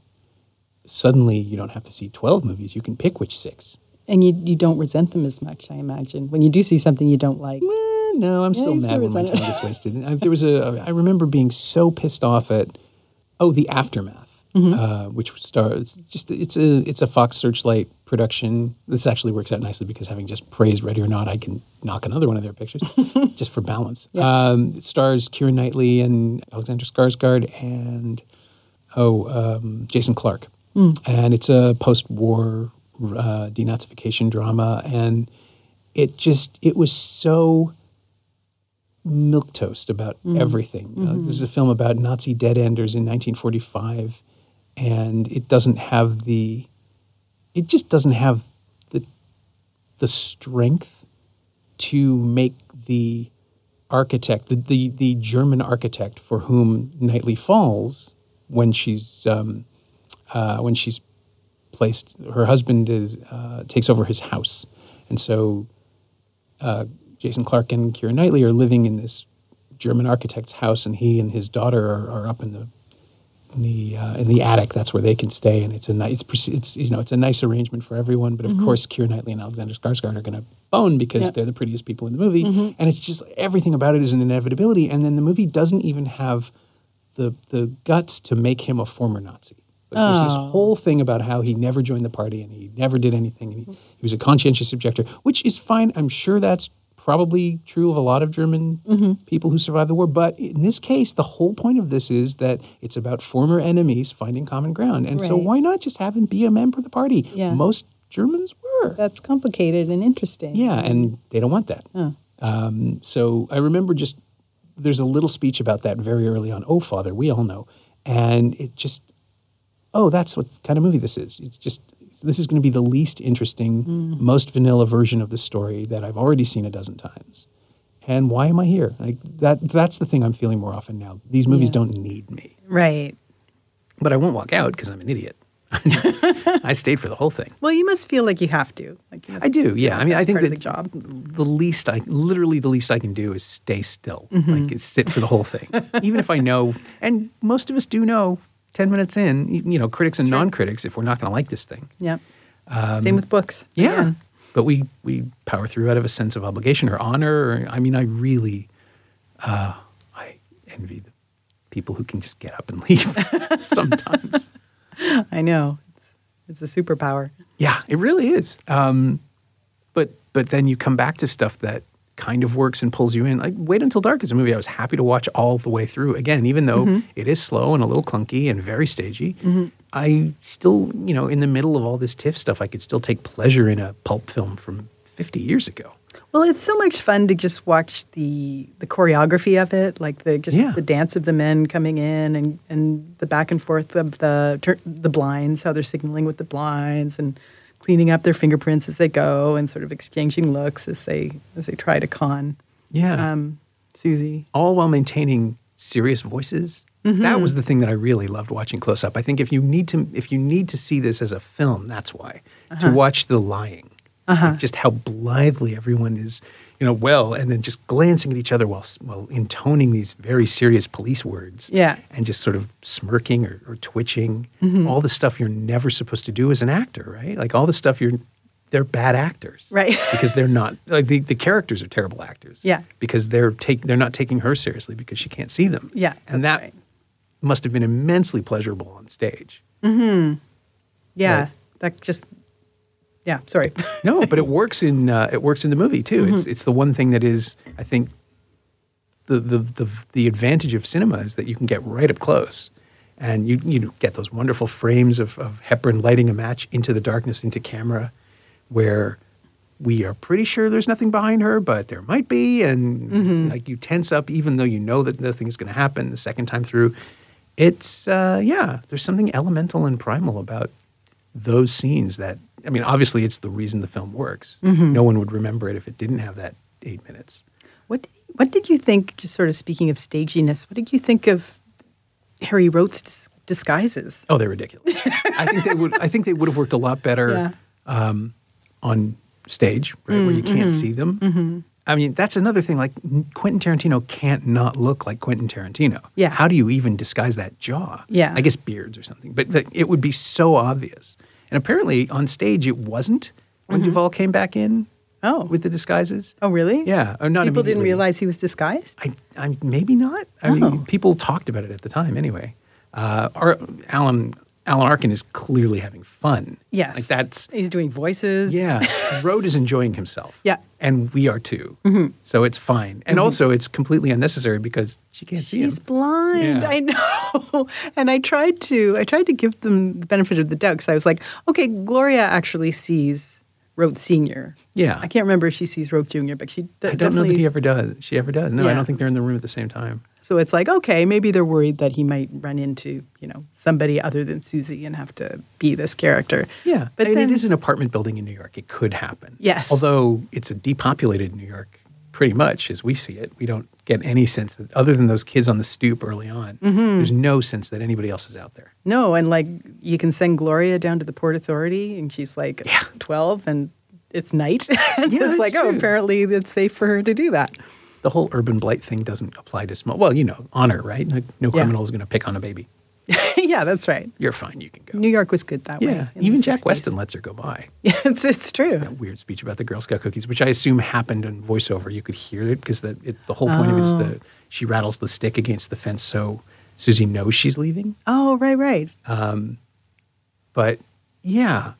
Speaker 3: suddenly you don't have to see 12 movies. You can pick which six.
Speaker 5: And you, you don't resent them as much, I imagine. When you do see something you don't like.
Speaker 3: Eh, no, I'm still
Speaker 5: you
Speaker 3: mad
Speaker 5: still
Speaker 3: when my
Speaker 5: resent it.
Speaker 3: time gets wasted. And I, there was a, I remember being so pissed off at, oh, The Aftermath, uh, which stars, just, it's a, it's a Fox Searchlight production. This actually works out nicely because having just praised Ready or Not, I can knock another one of their pictures just for balance. Um, it stars Kieran Knightley and Alexander Skarsgård and, oh, um, Jason Clark. And it's a post-war uh, denazification drama. And it just, it was so milk toast about everything. Uh, this is a film about Nazi dead enders in 1945, and it doesn't have the, it just doesn't have the, the strength to make the architect, the, the, the German architect for whom Knightley falls when she's, um, uh, when she's placed, her husband is, uh, takes over his house. And so uh, Jason Clark and Kira Knightley are living in this German architect's house, and he and his daughter are, are up in the in the uh, in the attic. That's where they can stay, and it's a nice it's, pers- it's you know it's a nice arrangement for everyone. But of course, Kira Knightley and Alexander Skarsgård are going to bone because
Speaker 5: Yeah.
Speaker 3: they're the prettiest people in the movie, and it's just everything about it is an inevitability. And then the movie doesn't even have the the guts to make him a former Nazi. Like, There's this whole thing about how he never joined the party and he never did anything. And he, he was a conscientious objector, which is fine. I'm sure that's probably true of a lot of German
Speaker 5: Mm-hmm.
Speaker 3: people who survived the war. But in this case, the whole point of this is that it's about former enemies finding common ground. And so
Speaker 5: Right.
Speaker 3: why not just have him be a member of the party?
Speaker 5: Yeah.
Speaker 3: Most Germans were.
Speaker 5: That's complicated and interesting.
Speaker 3: Yeah, and they don't want that. Um, so I remember just there's a little speech about that very early on. Oh, Father, we all know, and it just oh, that's what kind of movie this is. It's just this is going to be the least interesting, most vanilla version of the story that I've already seen a dozen times. And why am I here? Like that that's the thing I'm feeling more often now. These movies don't need me.
Speaker 2: Right.
Speaker 1: but I won't walk out because I'm an idiot. I stayed for the whole thing.
Speaker 2: Well, you must feel like you have to. Like you must-
Speaker 1: I do, yeah. I mean, I
Speaker 2: that's
Speaker 1: think
Speaker 2: part
Speaker 1: that
Speaker 2: of the job.
Speaker 1: the least I, literally the least I can do is stay still,
Speaker 2: Mm-hmm.
Speaker 1: like is sit for the whole thing, even if I know. And most of us do know. Ten minutes in, y- you know, critics and non-critics, if we're not going to like this thing,
Speaker 2: Yeah. Same with books.
Speaker 1: Um, yeah.
Speaker 2: Again.
Speaker 1: But we we power through out of a sense of obligation or honor. Or, I mean, I really, uh, I envy the people who can just get up and leave sometimes.
Speaker 2: I know. It's it's a superpower.
Speaker 1: Yeah, it really is. Um, but but then you come back to stuff that kind of works and pulls you in. Like Wait Until Dark is a movie I was happy to watch all the way through. Again, even though it is slow and a little clunky and very stagey, I still, you know, in the middle of all this TIFF stuff, I could still take pleasure in a pulp film from 50 years ago.
Speaker 2: Well, it's so much fun to just watch the the choreography of it, like the just
Speaker 1: Yeah.
Speaker 2: the dance of the men coming in and, and the back and forth of the tur- the blinds, how they're signaling with the blinds and cleaning up their fingerprints as they go and sort of exchanging looks as they as they try to con
Speaker 1: Yeah.
Speaker 2: um, Susie.
Speaker 1: all while maintaining serious voices.
Speaker 2: Mm-hmm.
Speaker 1: That was the thing that I really loved watching close
Speaker 2: Uh-huh.
Speaker 1: up. I think if you need to if you need to see this as a film, that's why. To watch the lying.
Speaker 3: Like, just how blithely everyone is, you know, well, and then just glancing at each other while s- while intoning these very serious police words.
Speaker 2: Yeah. Mm-hmm.
Speaker 3: and just sort of smirking or, or twitching, all the stuff you're never supposed to do as an actor, right? Like all the stuff you're. They're bad actors,
Speaker 2: Right.
Speaker 3: because they're not like the, the characters are terrible actors.
Speaker 2: Yeah.
Speaker 3: because they're take they're not taking her seriously because she can't see them.
Speaker 2: Yeah,
Speaker 3: and
Speaker 2: that's
Speaker 3: that
Speaker 2: right.
Speaker 3: must have been immensely pleasurable on stage.
Speaker 2: Yeah,
Speaker 3: Right.
Speaker 2: that just yeah. Sorry.
Speaker 3: No, but it works in uh, it works in the movie too.
Speaker 2: Mm-hmm.
Speaker 3: It's it's the one thing that is I think the, the the the advantage of cinema is that you can get right up close, and you you get those wonderful frames of, of Hepburn lighting a match into the darkness into camera, where we are pretty sure there's nothing behind her, but there might be, and like you tense up even though you know that nothing's going to happen the second time through. It's uh, yeah, there's something elemental and primal about those scenes that I mean, obviously it's the reason the film works. No one would remember it if it didn't have that eight minutes.
Speaker 2: what did, what did you think? Just sort of speaking of staginess, what did you think of Harry Rote's dis- disguises?
Speaker 3: Oh, they're ridiculous. I think they would. I think they would have worked a lot better
Speaker 2: Yeah. Mm,
Speaker 3: um, on stage, right, where you can't
Speaker 2: mm-hmm.
Speaker 3: see them. I mean, that's another thing. Like n- Quentin Tarantino can't not look like Quentin Tarantino.
Speaker 2: Yeah.
Speaker 3: How do you even disguise that jaw?
Speaker 2: Yeah.
Speaker 3: I guess beards or something, but like, it would be so obvious. And apparently on stage it wasn't when Duvall came back in.
Speaker 2: Oh.
Speaker 3: with the disguises.
Speaker 2: Mm-hmm. Oh, really?
Speaker 3: Yeah, or not
Speaker 2: People didn't
Speaker 3: immediately.
Speaker 2: realize he was disguised.
Speaker 3: I, I maybe not. I
Speaker 2: Oh.
Speaker 3: mean, people talked about it at the time anyway. Uh, Ar- Alan Alan Arkin is clearly having fun.
Speaker 2: Yes,
Speaker 3: like that's
Speaker 2: he's doing voices.
Speaker 3: yeah. Rode is enjoying himself.
Speaker 2: Yeah. Mm-hmm.
Speaker 3: and we are too. So it's fine, and also it's completely unnecessary because she can't see
Speaker 2: He's
Speaker 3: him.
Speaker 2: blind.
Speaker 3: Yeah.
Speaker 2: I know. And I tried to I tried to give them the benefit of the doubt because I was like, okay, Gloria actually sees Rote Senior.
Speaker 3: Yeah.
Speaker 2: I can't remember if she sees Rote Junior, but she d-
Speaker 3: I don't know that
Speaker 2: definitely-
Speaker 3: he ever does. She ever does. No, I
Speaker 2: Yeah.
Speaker 3: don't think they're in the room at the same time.
Speaker 2: So it's like, okay, maybe they're worried that he might run into you know somebody other than Susie and have to be this character.
Speaker 3: Yeah,
Speaker 2: but
Speaker 3: but
Speaker 2: then,
Speaker 3: it is an apartment building in New York. It could happen.
Speaker 2: Yes.
Speaker 3: although it's a depopulated New York, pretty much as we see it. We don't get any sense that other than those kids on the stoop early on.
Speaker 2: Mm-hmm.
Speaker 3: There's no sense that anybody else is out there.
Speaker 2: no, and like you can send Gloria down to the Port Authority, and she's like
Speaker 3: Yeah.
Speaker 2: twelve, and it's night, and
Speaker 3: Yeah,
Speaker 2: it's
Speaker 3: that's
Speaker 2: like, oh,
Speaker 3: true.
Speaker 2: apparently it's safe for her to do that.
Speaker 3: The whole urban blight thing doesn't apply to small. Well, you know, honor, right? Like, no
Speaker 2: Yeah.
Speaker 3: criminal is going to pick on a baby.
Speaker 2: yeah, that's right.
Speaker 3: You're fine. You can go.
Speaker 2: New York was good that way.
Speaker 3: yeah,
Speaker 2: in the
Speaker 3: even Jack
Speaker 2: 60s.
Speaker 3: Weston lets her go by.
Speaker 2: Yeah, it's, it's true.
Speaker 3: That weird speech about the Girl Scout cookies, which I assume happened in voiceover. You could hear it because the, it, the whole point of it is
Speaker 2: Oh.
Speaker 3: that she rattles the stick against the fence so Susie knows she's leaving.
Speaker 2: Oh, right, right.
Speaker 3: Uh. but yeah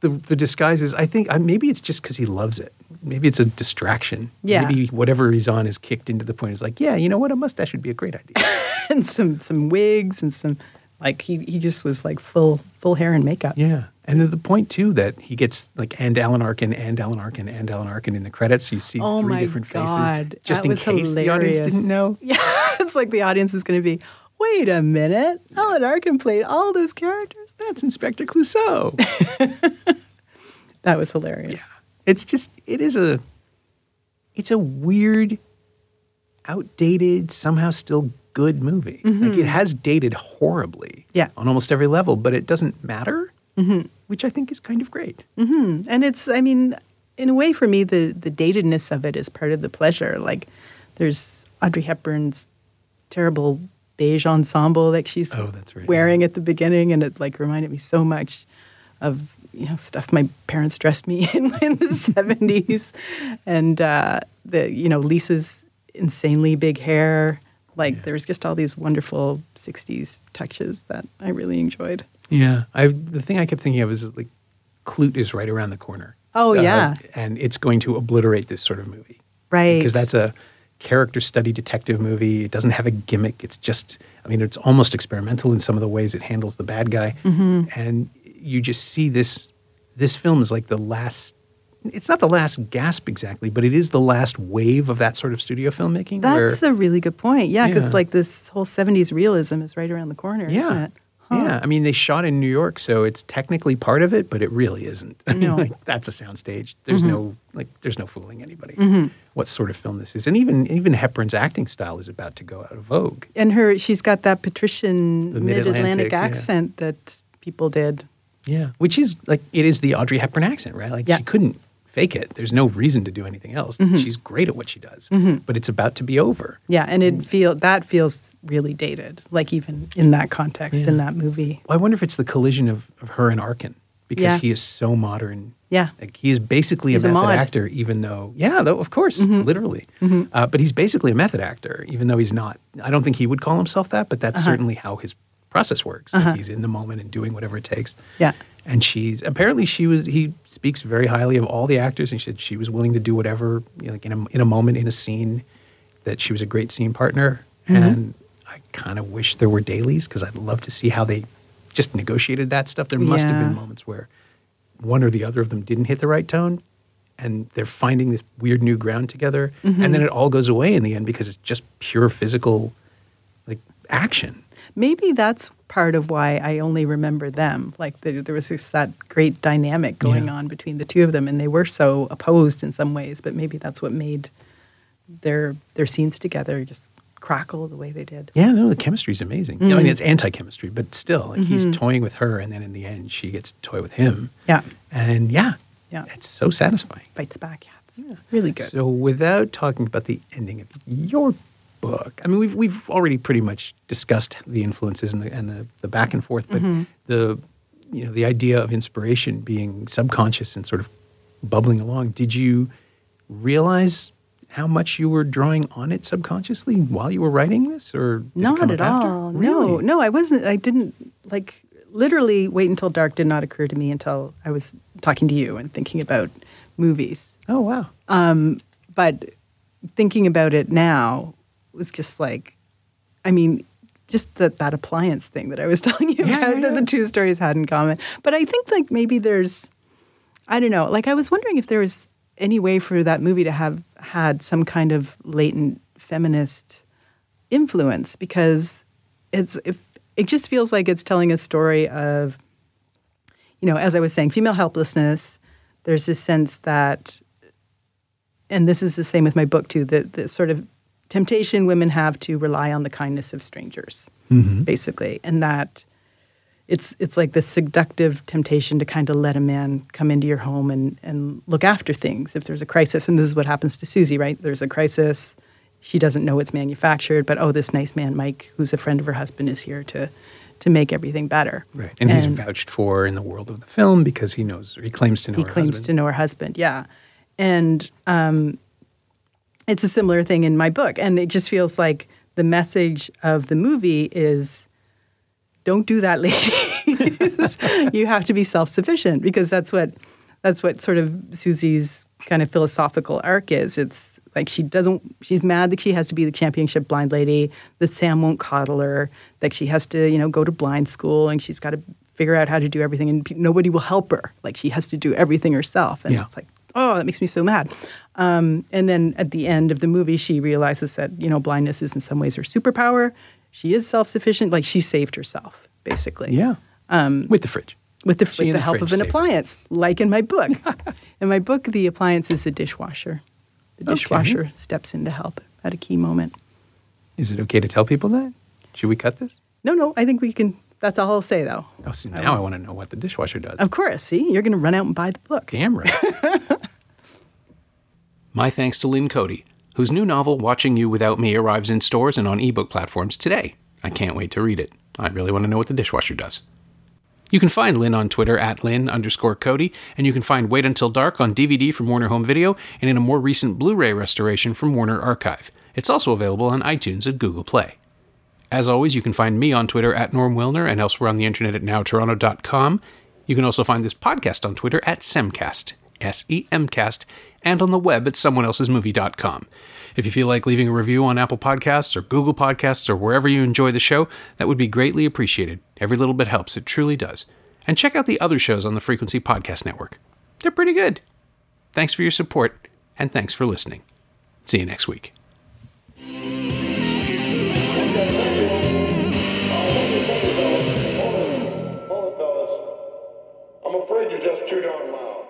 Speaker 3: the the disguises i think I, maybe it's just because he loves it maybe it's a distraction
Speaker 2: Yeah.
Speaker 3: maybe whatever he's on is kicked into the point it's like yeah you know what a mustache would be a great idea
Speaker 2: and some some wigs and some like he, he just was like full full hair and makeup.
Speaker 3: yeah and then the point too that he gets like and alan arkin and alan arkin and alan arkin in the credits you see
Speaker 2: Oh
Speaker 3: three
Speaker 2: my
Speaker 3: different
Speaker 2: God,
Speaker 3: faces just
Speaker 2: that
Speaker 3: in
Speaker 2: was
Speaker 3: case the audience
Speaker 2: hilarious.
Speaker 3: didn't know
Speaker 2: Yeah, it's like the audience is going to be. Wait a minute, Alan Arkin played all those characters.
Speaker 3: that's inspector clouseau
Speaker 2: That was hilarious.
Speaker 3: it's just it is a it's a weird outdated somehow still good movie like it has dated horribly
Speaker 2: Yeah.
Speaker 3: on almost every level but it doesn't matter which i think is kind of great
Speaker 2: Mm. And it's, I mean, in a way for me, the, the datedness of it is part of the pleasure. Like, there's Audrey Hepburn's terrible beige ensemble that she's
Speaker 3: Oh, that's right, yeah.
Speaker 2: wearing at the beginning, and it like reminded me so much of you know stuff my parents dressed me in in the seventies, and uh, the you know Lisa's insanely big hair. Like there was just all these wonderful '60s touches that I really enjoyed.
Speaker 3: yeah i the thing i kept thinking of is like clute is right around the corner Uh,
Speaker 2: Oh, yeah.
Speaker 3: and it's going to obliterate this sort of movie
Speaker 2: Right.
Speaker 3: because that's a character study detective movie. It doesn't have a gimmick. It's just, I mean, it's almost experimental in some of the ways it handles the bad guy,
Speaker 2: Mm-hmm.
Speaker 3: and you just see this. This film is like the last. It's not the last gasp exactly, but it is the last wave of that sort of studio filmmaking.
Speaker 2: That's
Speaker 3: where,
Speaker 2: a really good point. Yeah, because
Speaker 3: Yeah.
Speaker 2: like this whole '70s realism is right around the corner,
Speaker 3: yeah,
Speaker 2: isn't it?
Speaker 3: yeah. I mean, they shot in New York, so it's technically part of it, but it really isn't. I mean,
Speaker 2: No. Mm-hmm.
Speaker 3: like, that's a soundstage. There's no like, there's no fooling anybody. What sort of film this is, and even even Hepburn's acting style is about to go out of vogue.
Speaker 2: And her, she's got that patrician
Speaker 3: The
Speaker 2: mid-Atlantic
Speaker 3: mid-Atlantic, yeah.
Speaker 2: accent that people did.
Speaker 3: Yeah, which is like it is the Audrey Hepburn accent, right? Like
Speaker 2: Yeah. Mm-hmm.
Speaker 3: she couldn't fake it. There's no reason to do anything else. She's great at what she does, but it's about to be over.
Speaker 2: Yeah, and
Speaker 3: Mm.
Speaker 2: it feel that feels really dated, like even in that context in that movie.
Speaker 3: I wonder if it's the collision of, of her and Arkin because
Speaker 2: Yeah.
Speaker 3: he is so modern.
Speaker 2: Yeah.
Speaker 3: Like he is basically
Speaker 2: He's
Speaker 3: a
Speaker 2: a
Speaker 3: method
Speaker 2: mod. Mm-hmm.
Speaker 3: actor, even though, yeah, though, of course, literally. Uh, but he's basically a method actor, even though he's not. I don't think he would call himself that, but that's
Speaker 2: Uh-huh.
Speaker 3: certainly how his process works. Like, he's in the moment and doing whatever it takes.
Speaker 2: Yeah.
Speaker 3: And she's apparently she was. He speaks very highly of all the actors, and she said she was willing to do whatever, you know, like in a in a moment in a scene, that she was a great scene partner.
Speaker 2: Mm-hmm.
Speaker 3: And I kind of wish there were dailies because I'd love to see how they just negotiated that stuff. There must have been
Speaker 2: Yeah.
Speaker 3: moments where one or the other of them didn't hit the right tone, and they're finding this weird new ground together,
Speaker 2: Mm-hmm.
Speaker 3: and then it all goes away in the end because it's just pure physical, like action.
Speaker 2: Maybe that's part of why I only remember them. Like there there was just that great dynamic going
Speaker 3: Yeah.
Speaker 2: on between the two of them, and they were so opposed in some ways. But maybe that's what made their their scenes together just crackle the way they did.
Speaker 3: Yeah, no, the chemistry's amazing. I
Speaker 2: Mm.
Speaker 3: mean, it's anti-chemistry, but still, like he's
Speaker 2: Mm-hmm.
Speaker 3: toying with her, and then in the end, she gets to toy with him.
Speaker 2: Yeah.
Speaker 3: and yeah,
Speaker 2: Yeah.
Speaker 3: it's so satisfying.
Speaker 2: Bites back. Yeah, it's really good.
Speaker 3: So, without talking about the ending of your book, I mean, we've we've already pretty much discussed the influences and the and the, the back and forth, but
Speaker 2: Mm-hmm.
Speaker 3: the you know the idea of inspiration being subconscious and sort of bubbling along. Did you realize? How much you were drawing on it subconsciously while you were writing this, or did it
Speaker 2: Not
Speaker 3: come
Speaker 2: at
Speaker 3: up after?
Speaker 2: all. No,
Speaker 3: Really?
Speaker 2: no, I wasn't. I didn't like literally wait until dark did not occur to me until I was talking to you and thinking about movies.
Speaker 3: Oh wow.
Speaker 2: Uh, But thinking about it now was just like, I mean, just that that appliance thing that I was telling you
Speaker 3: Yeah,
Speaker 2: about
Speaker 3: yeah,
Speaker 2: that
Speaker 3: yeah.
Speaker 2: the two stories had in common. But I think like maybe there's, I don't know. Like I was wondering if there was any way for that movie to have had some kind of latent feminist influence because it's if it just feels like it's telling a story of you know as i was saying female helplessness there's this sense that and this is the same with my book too the, the sort of temptation women have to rely on the kindness of strangers
Speaker 3: Mm-hmm.
Speaker 2: basically and that it's it's like this seductive temptation to kind of let a man come into your home and and look after things if there's a crisis and this is what happens to Susie right there's a crisis she doesn't know it's manufactured but oh this nice man Mike who's a friend of her husband is here to to make everything better
Speaker 3: Right, and, he's vouched for in the world of the film because he knows he claims to know.
Speaker 2: he
Speaker 3: her
Speaker 2: claims
Speaker 3: husband.
Speaker 2: to know her husband yeah and um, it's a similar thing in my book and it just feels like the message of the movie is don't do that ladies you have to be self-sufficient because that's what that's what sort of susie's kind of philosophical arc is it's like she doesn't she's mad that she has to be the championship blind lady that sam won't coddle her that she has to you know go to blind school and she's got to figure out how to do everything and pe- nobody will help her like she has to do everything herself and
Speaker 3: Yeah.
Speaker 2: it's like oh that makes me so mad um, and then at the end of the movie she realizes that you know blindness is in some ways her superpower she is self-sufficient like she saved herself basically
Speaker 3: Yeah,
Speaker 2: Um,
Speaker 3: with the fridge.
Speaker 2: with the,
Speaker 3: She and
Speaker 2: with the
Speaker 3: the
Speaker 2: help
Speaker 3: fridge
Speaker 2: of an
Speaker 3: saver.
Speaker 2: appliance, like in my book. in my book, the appliance is the dishwasher. The
Speaker 3: Okay.
Speaker 2: dishwasher steps in to help at a key moment.
Speaker 3: Is it okay to tell people that? Should we cut this?
Speaker 2: No, no, I think we can. That's all I'll say, though.
Speaker 3: Oh, so now I want to know what the dishwasher does.
Speaker 2: Of course, see, you're going to run out and buy the book.
Speaker 3: Damn right.
Speaker 1: My thanks to Lynn Cody, whose new novel, Watching You Without Me, arrives in stores and on ebook platforms today. I can't wait to read it. I really want to know what the dishwasher does. You can find Lynn on Twitter at Lynn underscore Cody, and you can find Wait Until Dark on DVD from Warner Home Video and in a more recent Blu ray restoration from Warner Archive. It's also available on iTunes and Google Play. As always, you can find me on Twitter at Norm Wilner and elsewhere on the internet at nowtoronto.com. You can also find this podcast on Twitter at Semcast, S E M cast, and on the web at someoneelsesmovie.com. If you feel like leaving a review on Apple Podcasts or Google Podcasts or wherever you enjoy the show, that would be greatly appreciated. Every little bit helps, it truly does. And check out the other shows on the Frequency Podcast Network. They're pretty good. Thanks for your support, and thanks for listening. See you next week.
Speaker 10: Hold it, fellas. I'm afraid you just too darn loud.